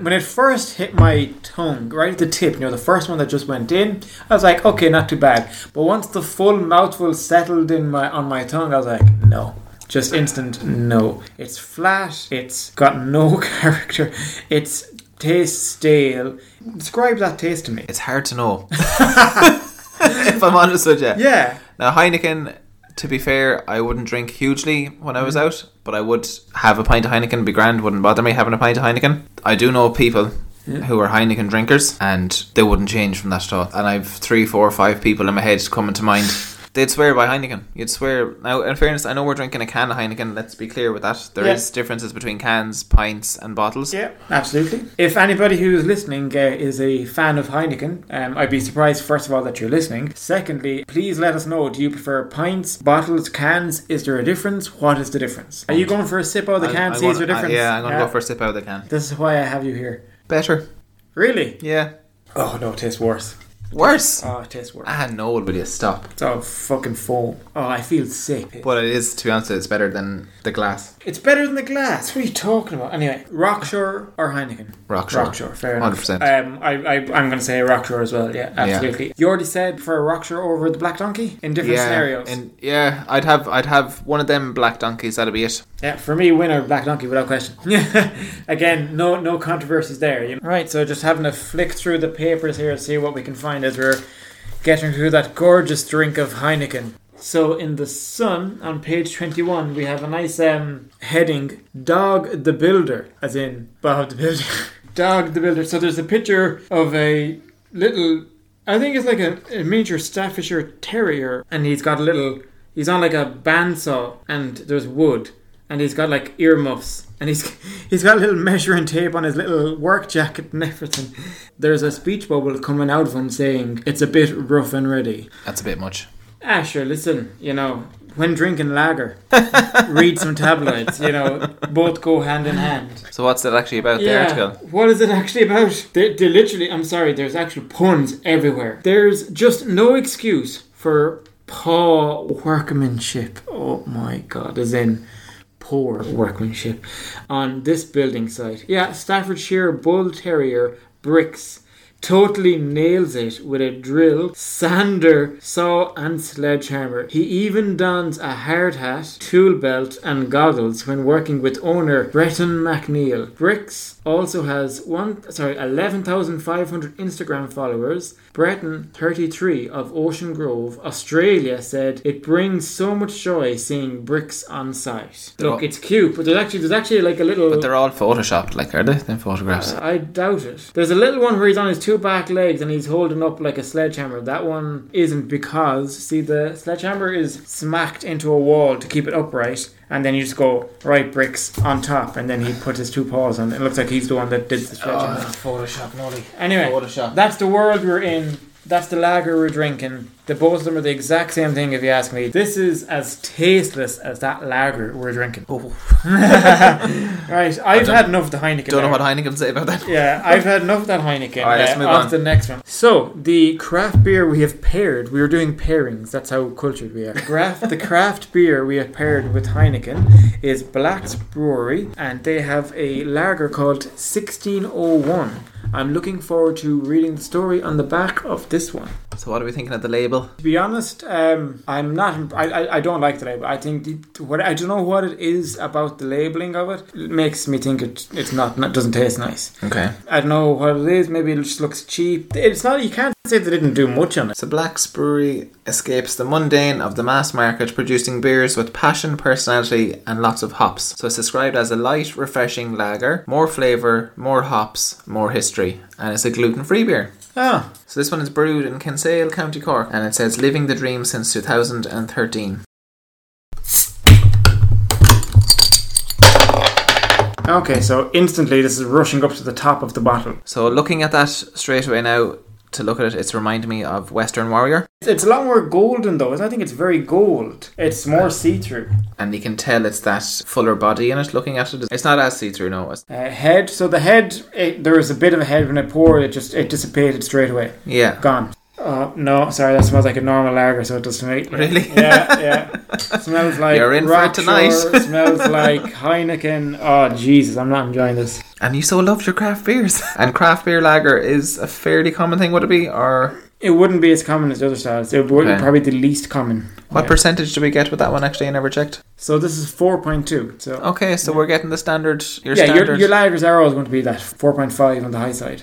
S2: When it first hit my tongue, right at the tip, you know, the first one that just went in, I was like, "Okay, not too bad." But once the full mouthful settled in my on my tongue, I was like, "No." Just instant no. It's flat. It's got no [LAUGHS] character. It's tastes stale. Describe that taste to me.
S3: It's hard
S2: [LAUGHS]
S3: to know. if I'm honest with you.
S2: Yeah.
S3: Now, Heineken, to be fair, I wouldn't drink hugely when I was
S2: Mm.
S3: out, but I would have a pint of Heineken. Be grand, wouldn't bother me having a pint of Heineken. I do know people. Who are Heineken drinkers and they wouldn't change from that at all. And I've three, four, five people in my head coming
S2: [SIGHS]
S3: to mind. They'd swear by Heineken. You'd swear. Now, in fairness, I know we're drinking a can of Heineken. Let's be clear with that. There is
S2: Yeah.
S3: differences between cans, pints, and bottles.
S2: Yeah, absolutely. If anybody who's listening uh, is a fan of Heineken, um, I'd be surprised, first of all, that you're listening. Secondly, please let us know do you prefer pints, bottles, cans? Is there a difference? What is the difference? Are you going for a sip out of the
S3: I-
S2: can?
S3: I
S2: See, is
S3: wanna-
S2: there a difference?
S3: I- yeah, I'm gonna go for a sip out of the can.
S2: This is why I have you here.
S3: Better.
S2: Really?
S3: Yeah.
S2: Oh, no, it tastes worse.
S3: Worse.
S2: Oh, it tastes worse.
S3: Ah, no, will you stop?
S2: It's all fucking foam. Oh, I feel sick.
S3: Well, it is, to be honest, it's better than the glass.
S2: It's better than the glass. What are you talking about? Anyway, Rockshore or Heineken?
S3: Rockshore.
S2: Rockshore, fair enough.
S3: 100%.
S2: Um, I, I, I'm going to say Rockshore as well. Yeah, absolutely. You already said for Rockshore over the Black Donkey in different scenarios.
S3: And yeah, I'd have I'd have one of them black donkeys, that'd be it.
S2: yeah, for me, winner Black Donkey without question. [LAUGHS] Again, no no controversies there. You know? Right, so just having to flick through the papers here and see what we can find as we're getting through that gorgeous drink of Heineken. So in the Sun on page 21 we have a nice um, heading Dog the Builder as in Bob the Builder. [LAUGHS] Dog the Builder. So there's a picture of a little I think it's like a, a miniature Staffordshire terrier and he's got a little he's on like a bandsaw and there's wood and he's got like earmuffs and he's [LAUGHS] he's got a little measuring tape on his little work jacket and everything. There's a speech bubble coming out of him saying it's a bit rough and ready.
S3: That's a bit much.
S2: Ah, sure, listen, you know, when drinking lager, [LAUGHS] read some tabloids, you know, both go hand in hand.
S3: So what's that actually about the
S2: Yeah,
S3: article?
S2: what is it actually about? They, they literally, I'm sorry, there's actual puns everywhere. There's just no excuse for poor workmanship. Oh my god, as in poor workmanship on this building site. Yeah, Staffordshire Bull Terrier bricks. Totally nails it with a drill, sander, saw, and sledgehammer. He even dons a hard hat, tool belt, and goggles when working with owner Breton McNeil. Bricks also has one sorry eleven thousand five hundred Instagram followers. Breton thirty three of Ocean Grove, Australia said it brings so much joy seeing bricks on site. Look,
S3: all-
S2: it's cute, but there's actually there's actually like a little. uh,
S3: But they're all photoshopped, like are they? Them photographs.
S2: I doubt it. There's a little one where he's on his two back legs and he's holding up like a sledgehammer. That one isn't because, see, the sledgehammer is smacked into a wall to keep it upright, and then you just go right bricks on top, and then he puts his two paws on. It looks like he's the one that did the sledgehammer.
S3: Oh, Photoshop, Nolly.
S2: anyway,
S3: Photoshop.
S2: that's the world we're in. That's the lager we're drinking. The both of them are the exact same thing, if you ask me. This is as tasteless as that lager we're drinking.
S3: Oh. [LAUGHS]
S2: [LAUGHS] right, I've
S3: don't-
S2: had enough of the Heineken.
S3: Don't
S2: there.
S3: know what Heineken say about that.
S2: Yeah, I've had enough of that Heineken.
S3: All right, let's
S2: Uh,
S3: move
S2: on
S3: on.
S2: to the next one. So the craft beer we have paired. We were doing pairings. That's how cultured [LAUGHS] we are. Craft, the craft beer we have paired with Heineken is Black's Brewery, and they have a lager called 1601. I'm looking forward to reading the story on the back of this one.
S3: So what are we thinking of the label?
S2: To be honest, um, I'm not. I, I, I don't like the label. I think the, what I don't know what it is about the labeling of it, it makes me think it, it's not, not doesn't taste nice.
S3: Okay.
S2: I don't know what it is. Maybe it just looks cheap. It's not. You can't say they didn't do much on it.
S3: So Black's Brewery escapes the mundane of the mass market, producing beers with passion, personality, and lots of hops. So it's described as a light, refreshing lager, more flavour, more hops, more history, and it's a gluten-free beer.
S2: Oh,
S3: So this one is brewed in Kinsale, County Cork, and it says "Living the Dream since 2013."
S2: okay. So instantly, this is rushing up to the top of the bottle.
S3: So looking at that straight away now, to look at it, it's reminding me of Western Warrior,
S2: It's, it's a lot more golden though. isn't it? I think it's very gold. It's
S3: Ah.
S2: more see-through.
S3: and you can tell it's that fuller body in it. Looking at it, it's not as see-through. No, It's-
S2: Uh, head. So the head, it, there was a bit of a head when I poured. It just it dissipated straight away.
S3: yeah.
S2: Gone. Oh no, sorry. That smells like a normal lager, so it doesn't make
S3: Really?
S2: Yeah, yeah.
S3: [LAUGHS]
S2: smells like
S3: You're in for it tonight. [LAUGHS]
S2: Rockshore, smells like Heineken. Oh Jesus, I'm not enjoying this.
S3: And you so loved your craft beers. [LAUGHS] and craft beer lager is a fairly common thing, would it be? Or
S2: It wouldn't be as common as the other styles. It would
S3: Okay.
S2: probably the least common.
S3: what
S2: Yeah.
S3: percentage do we get with that one? Actually, I never checked.
S2: So this is four point two. So
S3: Okay, so we're getting the standard. Oh, Your
S2: yeah,
S3: standard.
S2: your, your lagers are always going to be that four point five on the high side.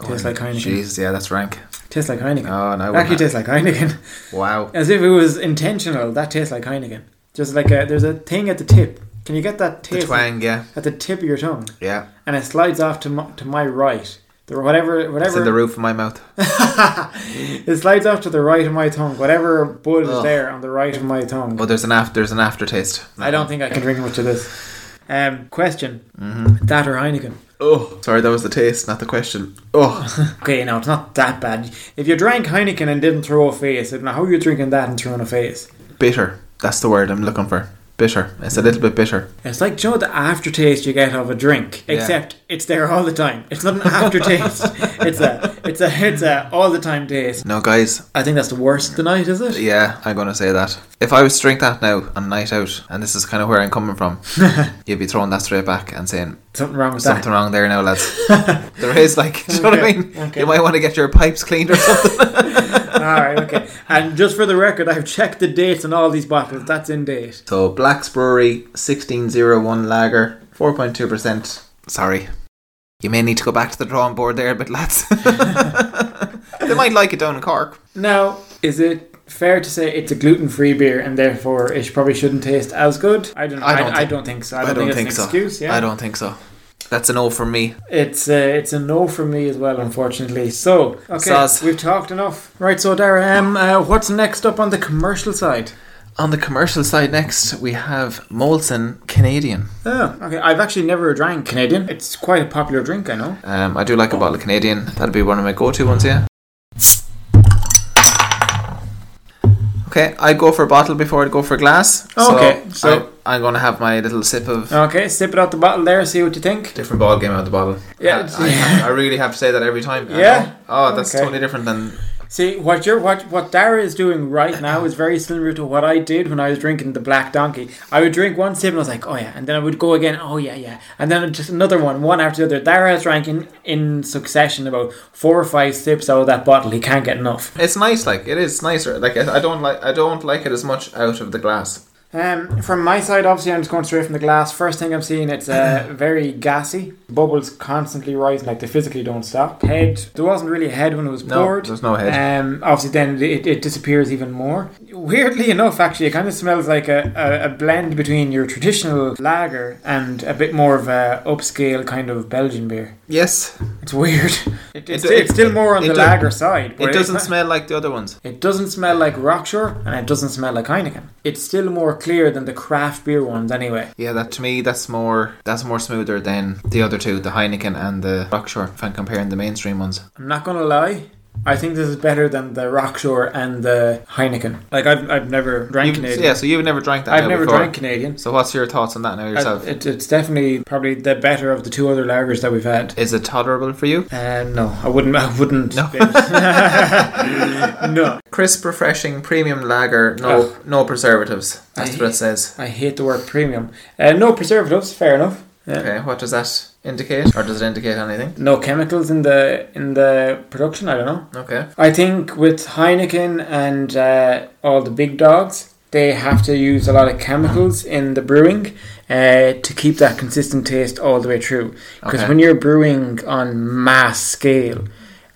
S2: Tastes like Heineken.
S3: Oh, Jeez, yeah, that's rank.
S2: Tastes like Heineken.
S3: Oh no,
S2: It Actually, tastes like Heineken, [LAUGHS]
S3: wow.
S2: as if it was intentional. That tastes like Heineken. Just like a, there's a thing at the tip. Can you get that
S3: The
S2: taste
S3: twang, yeah,
S2: at the tip of your tongue?
S3: yeah.
S2: And it slides off to my, to my right. The, whatever,
S3: It's
S2: whatever.
S3: in the roof of my mouth.
S2: it slides off to the right of my tongue. Whatever bud is
S3: Ugh.
S2: there on the right of my tongue.
S3: Oh, there's an after. There's an aftertaste.
S2: I don't think I can drink much of this. Um, question:
S3: Mm-hmm.
S2: That or Heineken?
S3: Oh, sorry, that was the taste, not the question. Oh,
S2: [LAUGHS] Okay, no, it's not that bad. If you drank Heineken and didn't throw a face, I don't know how you're drinking that and throwing a face.
S3: bitter. That's the word I'm looking for. bitter. It's a little bit bitter.
S2: It's like, do you know the aftertaste you get of a drink?
S3: Yeah.
S2: Except it's there all the time. It's not an
S3: [LAUGHS]
S2: aftertaste. it's a, it's a, it's a all the time taste.
S3: No, guys.
S2: I think that's the worst tonight, is it?
S3: Yeah, I'm gonna say that. If I was to drink that now on a night out, and this is kind of where I'm coming
S2: [LAUGHS]
S3: from, you'd be throwing that straight back and saying
S2: Something wrong with
S3: something wrong there now,
S2: [LAUGHS]
S3: lads. there is like, [LAUGHS] do you know what I
S2: Okay,
S3: mean?
S2: okay.
S3: You might want to get your pipes cleaned or something.
S2: that. all right, okay. And just for the record, I've checked the dates on all these bottles. That's in date.
S3: So Black's Brewery 1601 Lager, 4.2%. Sorry. You may need to go back to the drawing board there a bit, [LAUGHS] lads. they might like it down in Cork.
S2: Now, is it fair to say it's a gluten-free beer and therefore it probably shouldn't taste as good? I don't. Know.
S3: I
S2: I
S3: don't
S2: don't.
S3: thi-
S2: I, don't think so. I don't, think, it's an
S3: so.
S2: excuse. Yeah.
S3: I don't think so. That's a no from me.
S2: It's a, it's a no for me as well, unfortunately. So, okay,
S3: Saz.
S2: we've talked enough. Right, so Dara, um, uh, what's next up on the commercial side?
S3: On the commercial side next, we have Molson Canadian.
S2: Oh, okay. I've actually never drank Canadian. It's quite a popular drink, I know.
S3: Um, I do like a bottle of Canadian. That'd be one of my go-to ones, yeah. Okay, I go for a bottle before I go for a glass. So
S2: Oh, Okay, so-
S3: I, I'm going to have my little sip of
S2: Okay, sip it out the bottle there, see what you think.
S3: different ball game out of the bottle.
S2: Yeah.
S3: I, I, I really have to say that every time. I
S2: Yeah?
S3: know. Oh, that's
S2: Okay.
S3: totally different than.
S2: See what you're what what Dara is doing right now is very similar to what I did when I was drinking the Black Donkey. I would drink one sip and I was like, oh yeah, and then I would go again, oh yeah, yeah, and then just another one, one after the other. Dara has drank in, in succession about four or five sips out of that bottle. He can't get enough.
S3: It's nice, like it is nicer. Like I, I don't like I don't like it as much out of the glass.
S2: Um, from my side, obviously, I'm just going straight from the glass. First thing I'm seeing, it's
S3: [COUGHS]
S2: uh, very gassy. Bubbles constantly rising, like they physically don't stop. Head, there wasn't really a head when it was
S3: No,
S2: poured.
S3: there's no head.
S2: Um, obviously, then it, it disappears even more. Weirdly enough, actually, it kind of smells like a, a, a blend between your traditional lager and a bit more of a upscale kind of Belgian beer.
S3: Yes,
S2: It's weird. [LAUGHS] It, it's,
S3: do-
S2: it's still more on
S3: it
S2: the
S3: do-
S2: lager side. but
S3: it
S2: it's
S3: doesn't
S2: not-
S3: smell like the other ones.
S2: it doesn't smell like Rockshore and it doesn't smell like Heineken. It's still more clear than the craft beer ones anyway.
S3: Yeah, that to me that's more that's more smoother than the other two, the Heineken and the Rockshore. If I'm comparing the mainstream ones,
S2: I'm not gonna lie. I think this is better than the Rockshore and the Heineken. Like I've, I've never drank
S3: You've-
S2: Canadian.
S3: yeah. So you've never drank that.
S2: I've
S3: now
S2: never
S3: before.
S2: drank Uh, Canadian.
S3: So what's your thoughts on that now yourself?
S2: I- it, it's definitely probably the better of the two other lagers that we've had.
S3: is it tolerable for you?
S2: Uh, no, I wouldn't. I wouldn't. [LAUGHS]
S3: No.
S2: be- no.
S3: Crisp, refreshing, premium lager. No, no preservatives. That's what it says.
S2: I hate the word premium. Uh, no preservatives. Fair enough. Yeah.
S3: Okay, what does that indicate? Or does it indicate anything?
S2: No chemicals in the in the production. I don't know.
S3: Okay.
S2: I think with Heineken and uh, all the big dogs, they have to use a lot of chemicals in the brewing uh, to keep that consistent taste all the way through. Because
S3: Okay.
S2: when you're brewing on mass scale,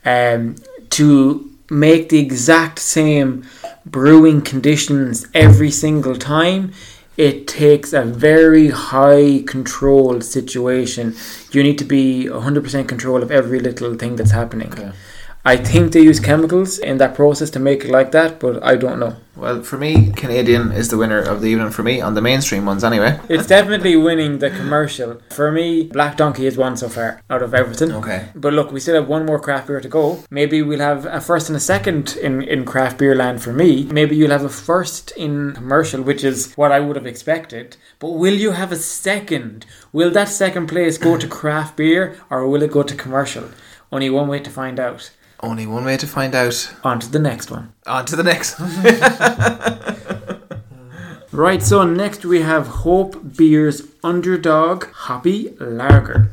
S2: um, to make the exact same brewing conditions every single time, it takes a very high control situation. You need to be 100% control of every little thing that's happening.
S3: Okay.
S2: I think they use chemicals in that process to make it like that, but I don't know.
S3: Well, for me, Canadian is the winner of the evening for me on the mainstream ones anyway.
S2: It's definitely winning the commercial. For me, Black Donkey is one so far out of everything.
S3: Okay.
S2: But look, we still have one more craft beer to go. Maybe we'll have a first and a second in, in craft beer land for me. Maybe you'll have a first in commercial, which is what I would have expected. But will you have a second? Will that second place go to craft beer or will it go to commercial? Only one way to find out.
S3: Only one way to find out.
S2: On to the next one.
S3: On to the next one.
S2: Right, so next we have Hope Beer's Underdog Hoppy Lager.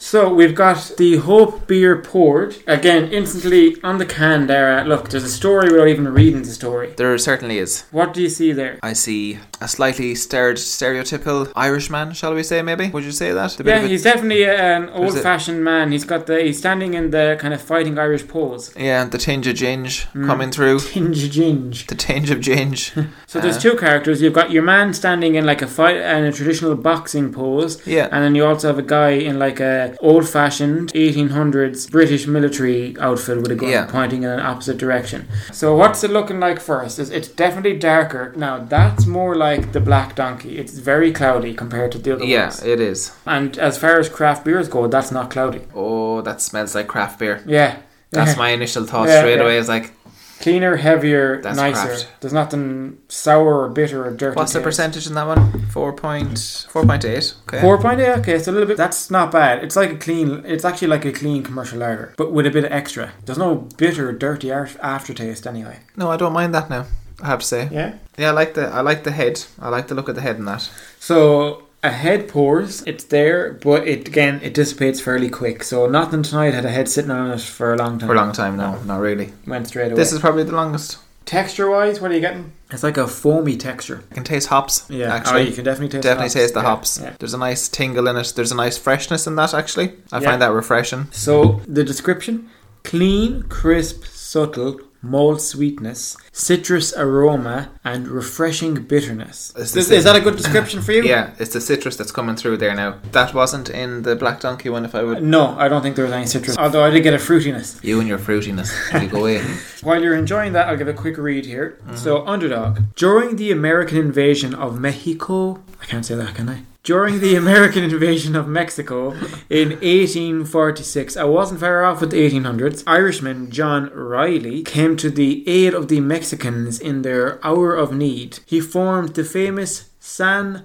S2: So we've got the Hope Beer poured. Again, instantly on the can there. uh, Look, there's a story without even reading the story.
S3: There certainly is.
S2: What do you see there?
S3: I see a slightly stared, stereotypical Irishman, shall we say, maybe? Would you say that? The bit
S2: Yeah,
S3: of a-
S2: he's definitely uh, an
S3: a-
S2: old-fashioned man. He's got the he's standing in the kind of fighting Irish pose.
S3: yeah, the tinge of ginge
S2: Mm.
S3: coming through.
S2: Tinge ginge.
S3: The tinge
S2: [LAUGHS]
S3: of ginge.
S2: So there's two characters. You've got your man standing in like a fight and a traditional boxing pose.
S3: Yeah.
S2: And then you also have a guy in like a old fashioned 1800s British military outfit with a gun
S3: Yeah.
S2: pointing in an opposite direction. So what's it looking like first? Is it's definitely darker. Now that's more like the black donkey. It's very cloudy compared to the other
S3: yeah,
S2: ones.
S3: it is.
S2: And as far as craft beers go, that's not cloudy.
S3: Oh, that smells like craft beer.
S2: Yeah.
S3: That's
S2: Yeah.
S3: my initial thought
S2: Yeah,
S3: straight
S2: yeah.
S3: away. Is like,
S2: cleaner, heavier,
S3: That's
S2: nicer.
S3: craft.
S2: There's nothing sour or bitter or dirty.
S3: What's the
S2: taste.
S3: percentage in that one? Four point four point eight. Okay.
S2: Four point eight. Okay, it's a little bit. That's not bad. It's like a clean. It's actually like a clean commercial lager, but with a bit of extra. There's no bitter, dirty ar- aftertaste anyway.
S3: No, I don't mind that now. I have to say.
S2: Yeah.
S3: Yeah, I like the I like the head. I like the look of the head in that.
S2: So a head pours. It's there, but it again it dissipates fairly quick. So nothing tonight had a head sitting on it for a long time.
S3: For a long time now, not really.
S2: Went straight away.
S3: This is probably the longest.
S2: texture wise. What are you getting? It's like a foamy texture.
S3: I can taste hops.
S2: Yeah.
S3: actually.
S2: Oh, you can definitely taste.
S3: Definitely
S2: the hops.
S3: taste the
S2: Yeah,
S3: hops.
S2: yeah.
S3: There's a nice tingle in it. There's a nice freshness in that. Actually, I
S2: Yeah.
S3: find that refreshing.
S2: So the description: clean, crisp, subtle malt sweetness, citrus aroma, and refreshing bitterness.
S3: Is
S2: Is,
S3: this
S2: is that a good description for you?
S3: [LAUGHS] Yeah, it's the citrus that's coming through there now. That wasn't in the Black Donkey one. If
S2: [LAUGHS]
S3: I would,
S2: No, I don't think there was any citrus. Although I did get a fruitiness.
S3: you and your fruitiness, you go away.
S2: [LAUGHS] While you're enjoying that, I'll give a quick read here. So, underdog. During the American invasion of Mexico, I can't say that, can I? During the American [LAUGHS] invasion of Mexico in 1846, I wasn't far off with the 1800s. Irishman John Riley came to the aid of the Mexicans in their hour of need. He formed the famous San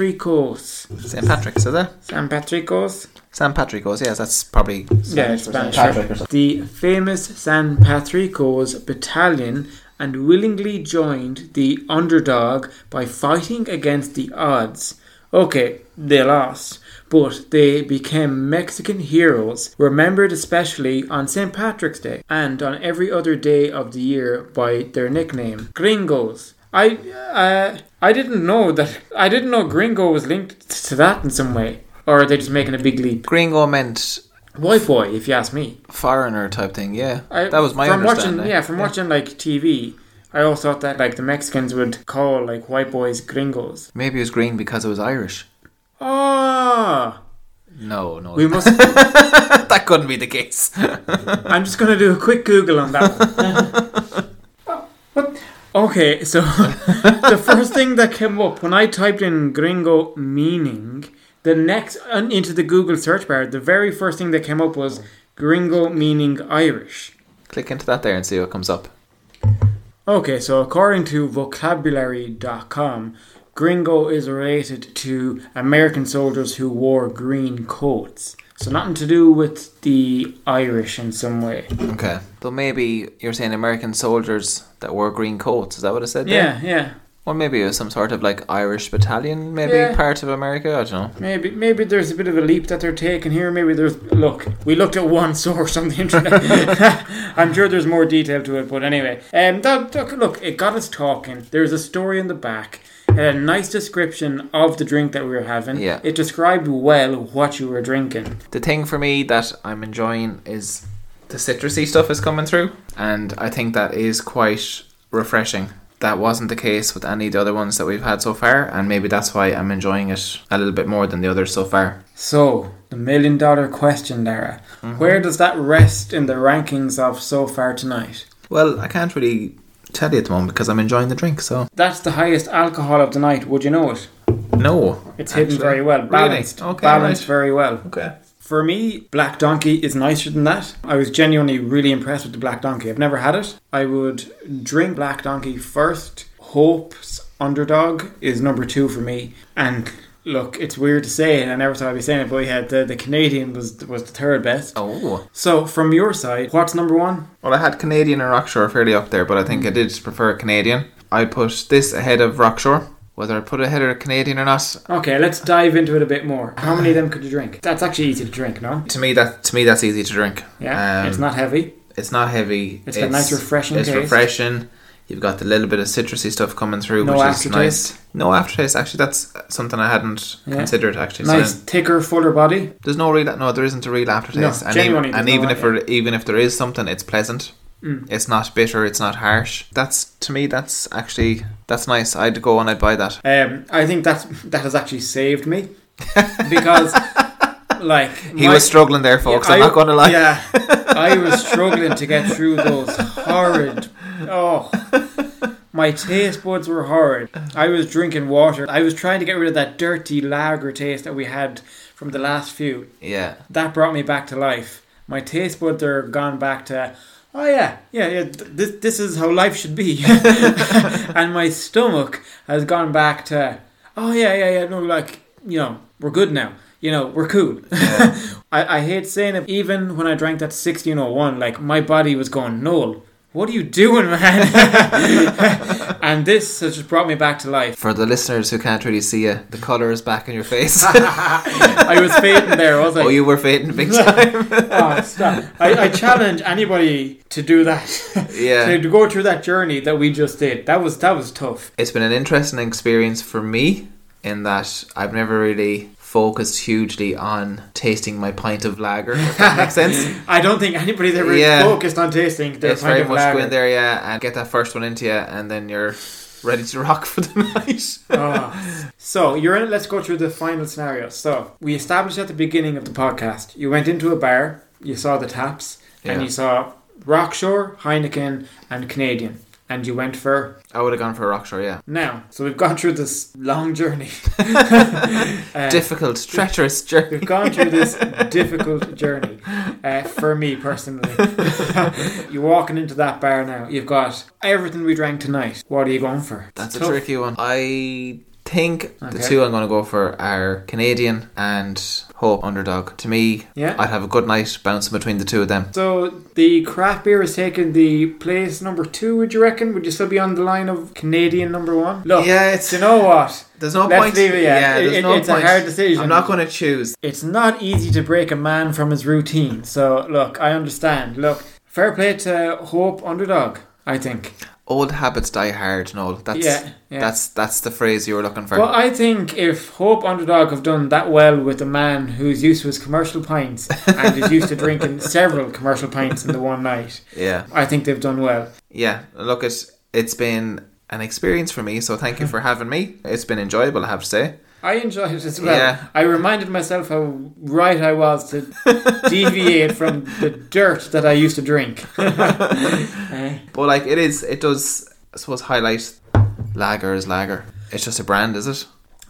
S2: Patricos.
S3: St. Patrick's, is it?
S2: San Patricos?
S3: San Patrick's. Yes, that's probably
S2: Yeah, it's Spanish. The famous San Patrico's battalion and willingly joined the underdog by fighting against the odds. Okay, they lost, but they became Mexican heroes, remembered especially on St. Patrick's Day and on every other day of the year by their nickname, Gringos. I uh, I didn't know that I didn't know Gringo was linked to that in some way, or are they just making a big leap?
S3: Gringo meant
S2: White boy, if you ask me.
S3: foreigner type thing. Yeah,
S2: I,
S3: that was my
S2: from
S3: understanding.
S2: watching. Yeah, from watching like TV, I always thought that like the Mexicans would call like white boys gringos.
S3: Maybe it was green because it was Irish.
S2: Ah,
S3: No, no,
S2: we must.
S3: [LAUGHS] that couldn't be the case. [LAUGHS]
S2: I'm just gonna do a quick Google on that. One. What? [LAUGHS] Okay, so [LAUGHS] the first thing that came up when I typed in gringo meaning, the next and into the Google search bar, the very first thing that came up was gringo meaning Irish.
S3: Click into that there and see what comes up.
S2: Okay, so according to vocabulary.com, gringo is related to American soldiers who wore green coats. So nothing to do with the Irish in some way.
S3: Okay, so maybe you're saying American soldiers that wore green coats. Is that what it said? There?
S2: Yeah, yeah.
S3: Or maybe it was some sort of like Irish battalion, maybe
S2: Yeah.
S3: part of America. I don't know.
S2: Maybe maybe there's a bit of a leap that they're taking here. Maybe there's look, we looked at one [LAUGHS] source on the internet. [LAUGHS] I'm sure there's more detail to it, but anyway, um, that, that- look, it got us talking. There's a story in the back, a nice description of the drink that we were having.
S3: Yeah.
S2: it described well what you were drinking.
S3: The thing for me that I'm enjoying is the citrusy stuff is coming through, and I think that is quite refreshing. That wasn't the case with any of the other ones that we've had so far, and maybe that's why I'm enjoying it a little bit more than the others so far.
S2: So the million dollar question, Lara,
S3: Mm-hmm.
S2: where does that rest in the rankings of so far tonight?
S3: Well, I can't really tell you at the moment because I'm enjoying the drink, so
S2: That's the highest alcohol of the night. Would you know it?
S3: no.
S2: It's hidden
S3: actually.
S2: very well,
S3: Really?
S2: balanced,
S3: Okay,
S2: balanced
S3: right.
S2: very well.
S3: Okay.
S2: For me, Black Donkey is nicer than that. I was genuinely really impressed with the Black Donkey. I've never had it. I would drink Black Donkey first. Hope's Underdog is number two for me. And look, it's weird to say, and I never thought I'd be saying it, but yeah, the, the Canadian was was the third best.
S3: Oh.
S2: So from your side, what's number one?
S3: Well, I had Canadian and Rockshore fairly up there, but I think I did prefer Canadian. I put this ahead of Rockshore. Whether I put it ahead of Canadian or not,
S2: Okay, let's dive into it a bit more. How many of them could you drink? That's actually easy to drink, no?
S3: to me that to me that's easy to drink.
S2: Yeah,
S3: Um,
S2: it's not heavy.
S3: It's not heavy.
S2: It's got nice refreshing
S3: It's
S2: taste.
S3: refreshing. You've got the little bit of citrusy stuff coming through,
S2: No
S3: which is
S2: aftertaste.
S3: nice. No aftertaste. Actually, that's something I hadn't
S2: Yeah.
S3: considered. Actually, So
S2: Nice, thicker, fuller body.
S3: there's no real. No, there isn't a real aftertaste.
S2: No,
S3: and even,
S2: genuinely
S3: and
S2: there's
S3: even
S2: no
S3: if there, even if there is something, it's pleasant.
S2: Mm.
S3: It's not bitter. It's not harsh. That's to me. That's actually that's nice. I'd go and I'd buy that.
S2: Um, I think that's that has actually saved
S3: [LAUGHS]
S2: me because, like,
S3: He was struggling there, folks. I'm not going to lie.
S2: Yeah, I was struggling to get through those horrid. Oh, my taste buds were horrid. I was drinking water. I was trying to get rid of that dirty lager taste that we had from the last few.
S3: Yeah.
S2: That brought me back to life. My taste buds are gone back to. oh yeah, yeah, yeah. th- This this is how life should be. [LAUGHS] and my stomach has gone back to, oh yeah, yeah, yeah. No, like you know, we're good now. You know, we're cool. [LAUGHS] I, I hate saying it. Even when I drank that sixteen oh one, like my body was going, Noel, what are you doing, man? [LAUGHS] and this has just brought me back to life.
S3: For the listeners who can't really see you, the colour is back in
S2: [LAUGHS]
S3: your face.
S2: I was fading there, was I?
S3: oh, you were fading
S2: [LAUGHS]
S3: big time.
S2: Oh, stop. I, I challenge anybody to do that. [LAUGHS]
S3: Yeah.
S2: to go through that journey that we just did. That was that was tough.
S3: It's been an interesting experience for me in that I've never really focused hugely on tasting my pint of lager, if that
S2: [LAUGHS]
S3: makes sense.
S2: I don't think anybody's ever
S3: Yeah.
S2: focused on tasting their
S3: it's very
S2: pint of
S3: much go
S2: [LAUGHS]
S3: in
S2: lager.
S3: there, yeah, and get that first one into you, and then you're ready to rock for the [LAUGHS] night.
S2: Oh. So you're in. Let's go through the final scenario. So we established at the beginning of the podcast. You went into a bar. You saw the taps, and
S3: Yeah.
S2: you saw Rockshore, Heineken, and Canadian. And you went for
S3: I would have gone for a rockshore, yeah.
S2: now. So we've gone through this long journey. Uh,
S3: Difficult, treacherous journey.
S2: We've gone through this difficult journey uh, for me
S3: [LAUGHS]
S2: personally. You're walking into that bar now. You've got everything we drank tonight. What are you going for?
S3: That's a
S2: Tough.
S3: tricky one. I think the
S2: Okay.
S3: two I'm going to go for are Canadian and Hope Underdog. To me,
S2: Yeah.
S3: I'd have a good night bouncing between the two of them.
S2: So the craft beer is taking the place number two. Would you reckon? Would you still be on the line of Canadian number one? Look,
S3: Yeah,
S2: do
S3: it's
S2: you know what?
S3: there's no
S2: Oh. Let's
S3: point.
S2: leave it, yeah. It-
S3: there's
S2: it-
S3: no
S2: it's a
S3: point.
S2: hard decision.
S3: I'm not going to choose.
S2: It's not easy to break a man from his routine. So look, I understand. Look, fair play to Hope Underdog. I think.
S3: Old habits die hard, Noel. That's
S2: yeah, yeah.
S3: that's that's the phrase you were looking for.
S2: Well, I think if Hope Underdog have done that well with a man who's used to his commercial pints and is used to drinking several commercial pints in the one night,
S3: yeah,
S2: I think they've done well.
S3: yeah. Look, it's it's been an experience for me. So thank you for having me. It's been enjoyable, I have to say.
S2: I enjoyed it as well.
S3: Yeah.
S2: I reminded myself how right I was to deviate from the dirt that I used to drink. [LAUGHS] Eh?
S3: But like, it is, it does, I suppose, highlight lager is lager. It's just a brand, is it?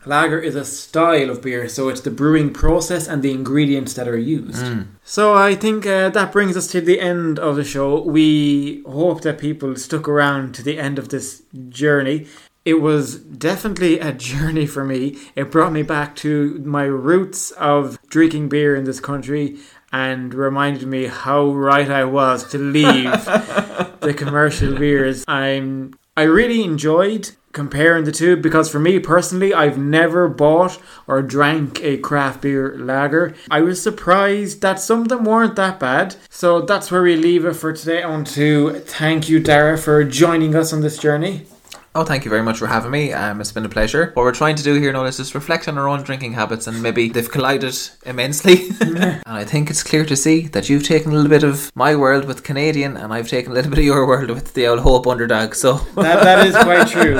S2: Lager is a style of beer, so it's the brewing process and the ingredients that are used. So I think uh, that brings us to the end of the show. We hope that people stuck around to the end of this journey. It was definitely a [LAUGHS] journey for me. It brought me back to my roots of drinking beer in this country and reminded me how right I was to leave the commercial beers. I'm I really enjoyed comparing the two because for me personally, I've never bought or drank a craft beer lager. I was surprised that some of them weren't that bad. So that's where we leave it for today. I want to thank you, Dara, for joining us on this journey.
S3: Oh, thank you very much for having me. Um, it's been a pleasure. What we're trying to do here now is just reflect on our own drinking habits and maybe they've collided immensely. [LAUGHS] and I think it's clear to see that you've taken a little bit of my world with Canadian and I've taken a little bit of your world with the old Hope underdog. So
S2: That, that is quite true.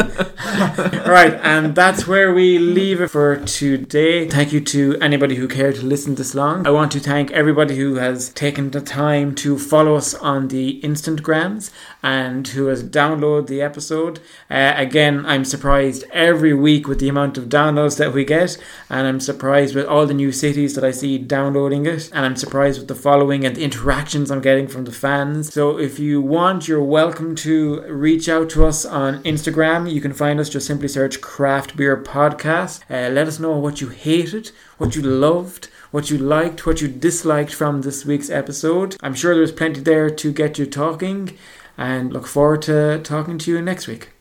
S2: [LAUGHS] right, and that's where we leave it for today. Thank you to anybody who cared to listen this long. I want to thank everybody who has taken the time to follow us on the Instantgrams and who has downloaded the episode. Uh, again, I'm surprised every week with the amount of downloads that we get, and I'm surprised with all the new cities that I see downloading it, and I'm surprised with the following and the interactions I'm getting from the fans. So if you want, you're welcome to reach out to us on Instagram. You can find us just simply search Craft Beer Podcast. Uh, let us know what you hated, what you loved, what you liked, what you disliked from this week's episode. I'm sure there's plenty there to get you talking, and look forward to talking to you next week.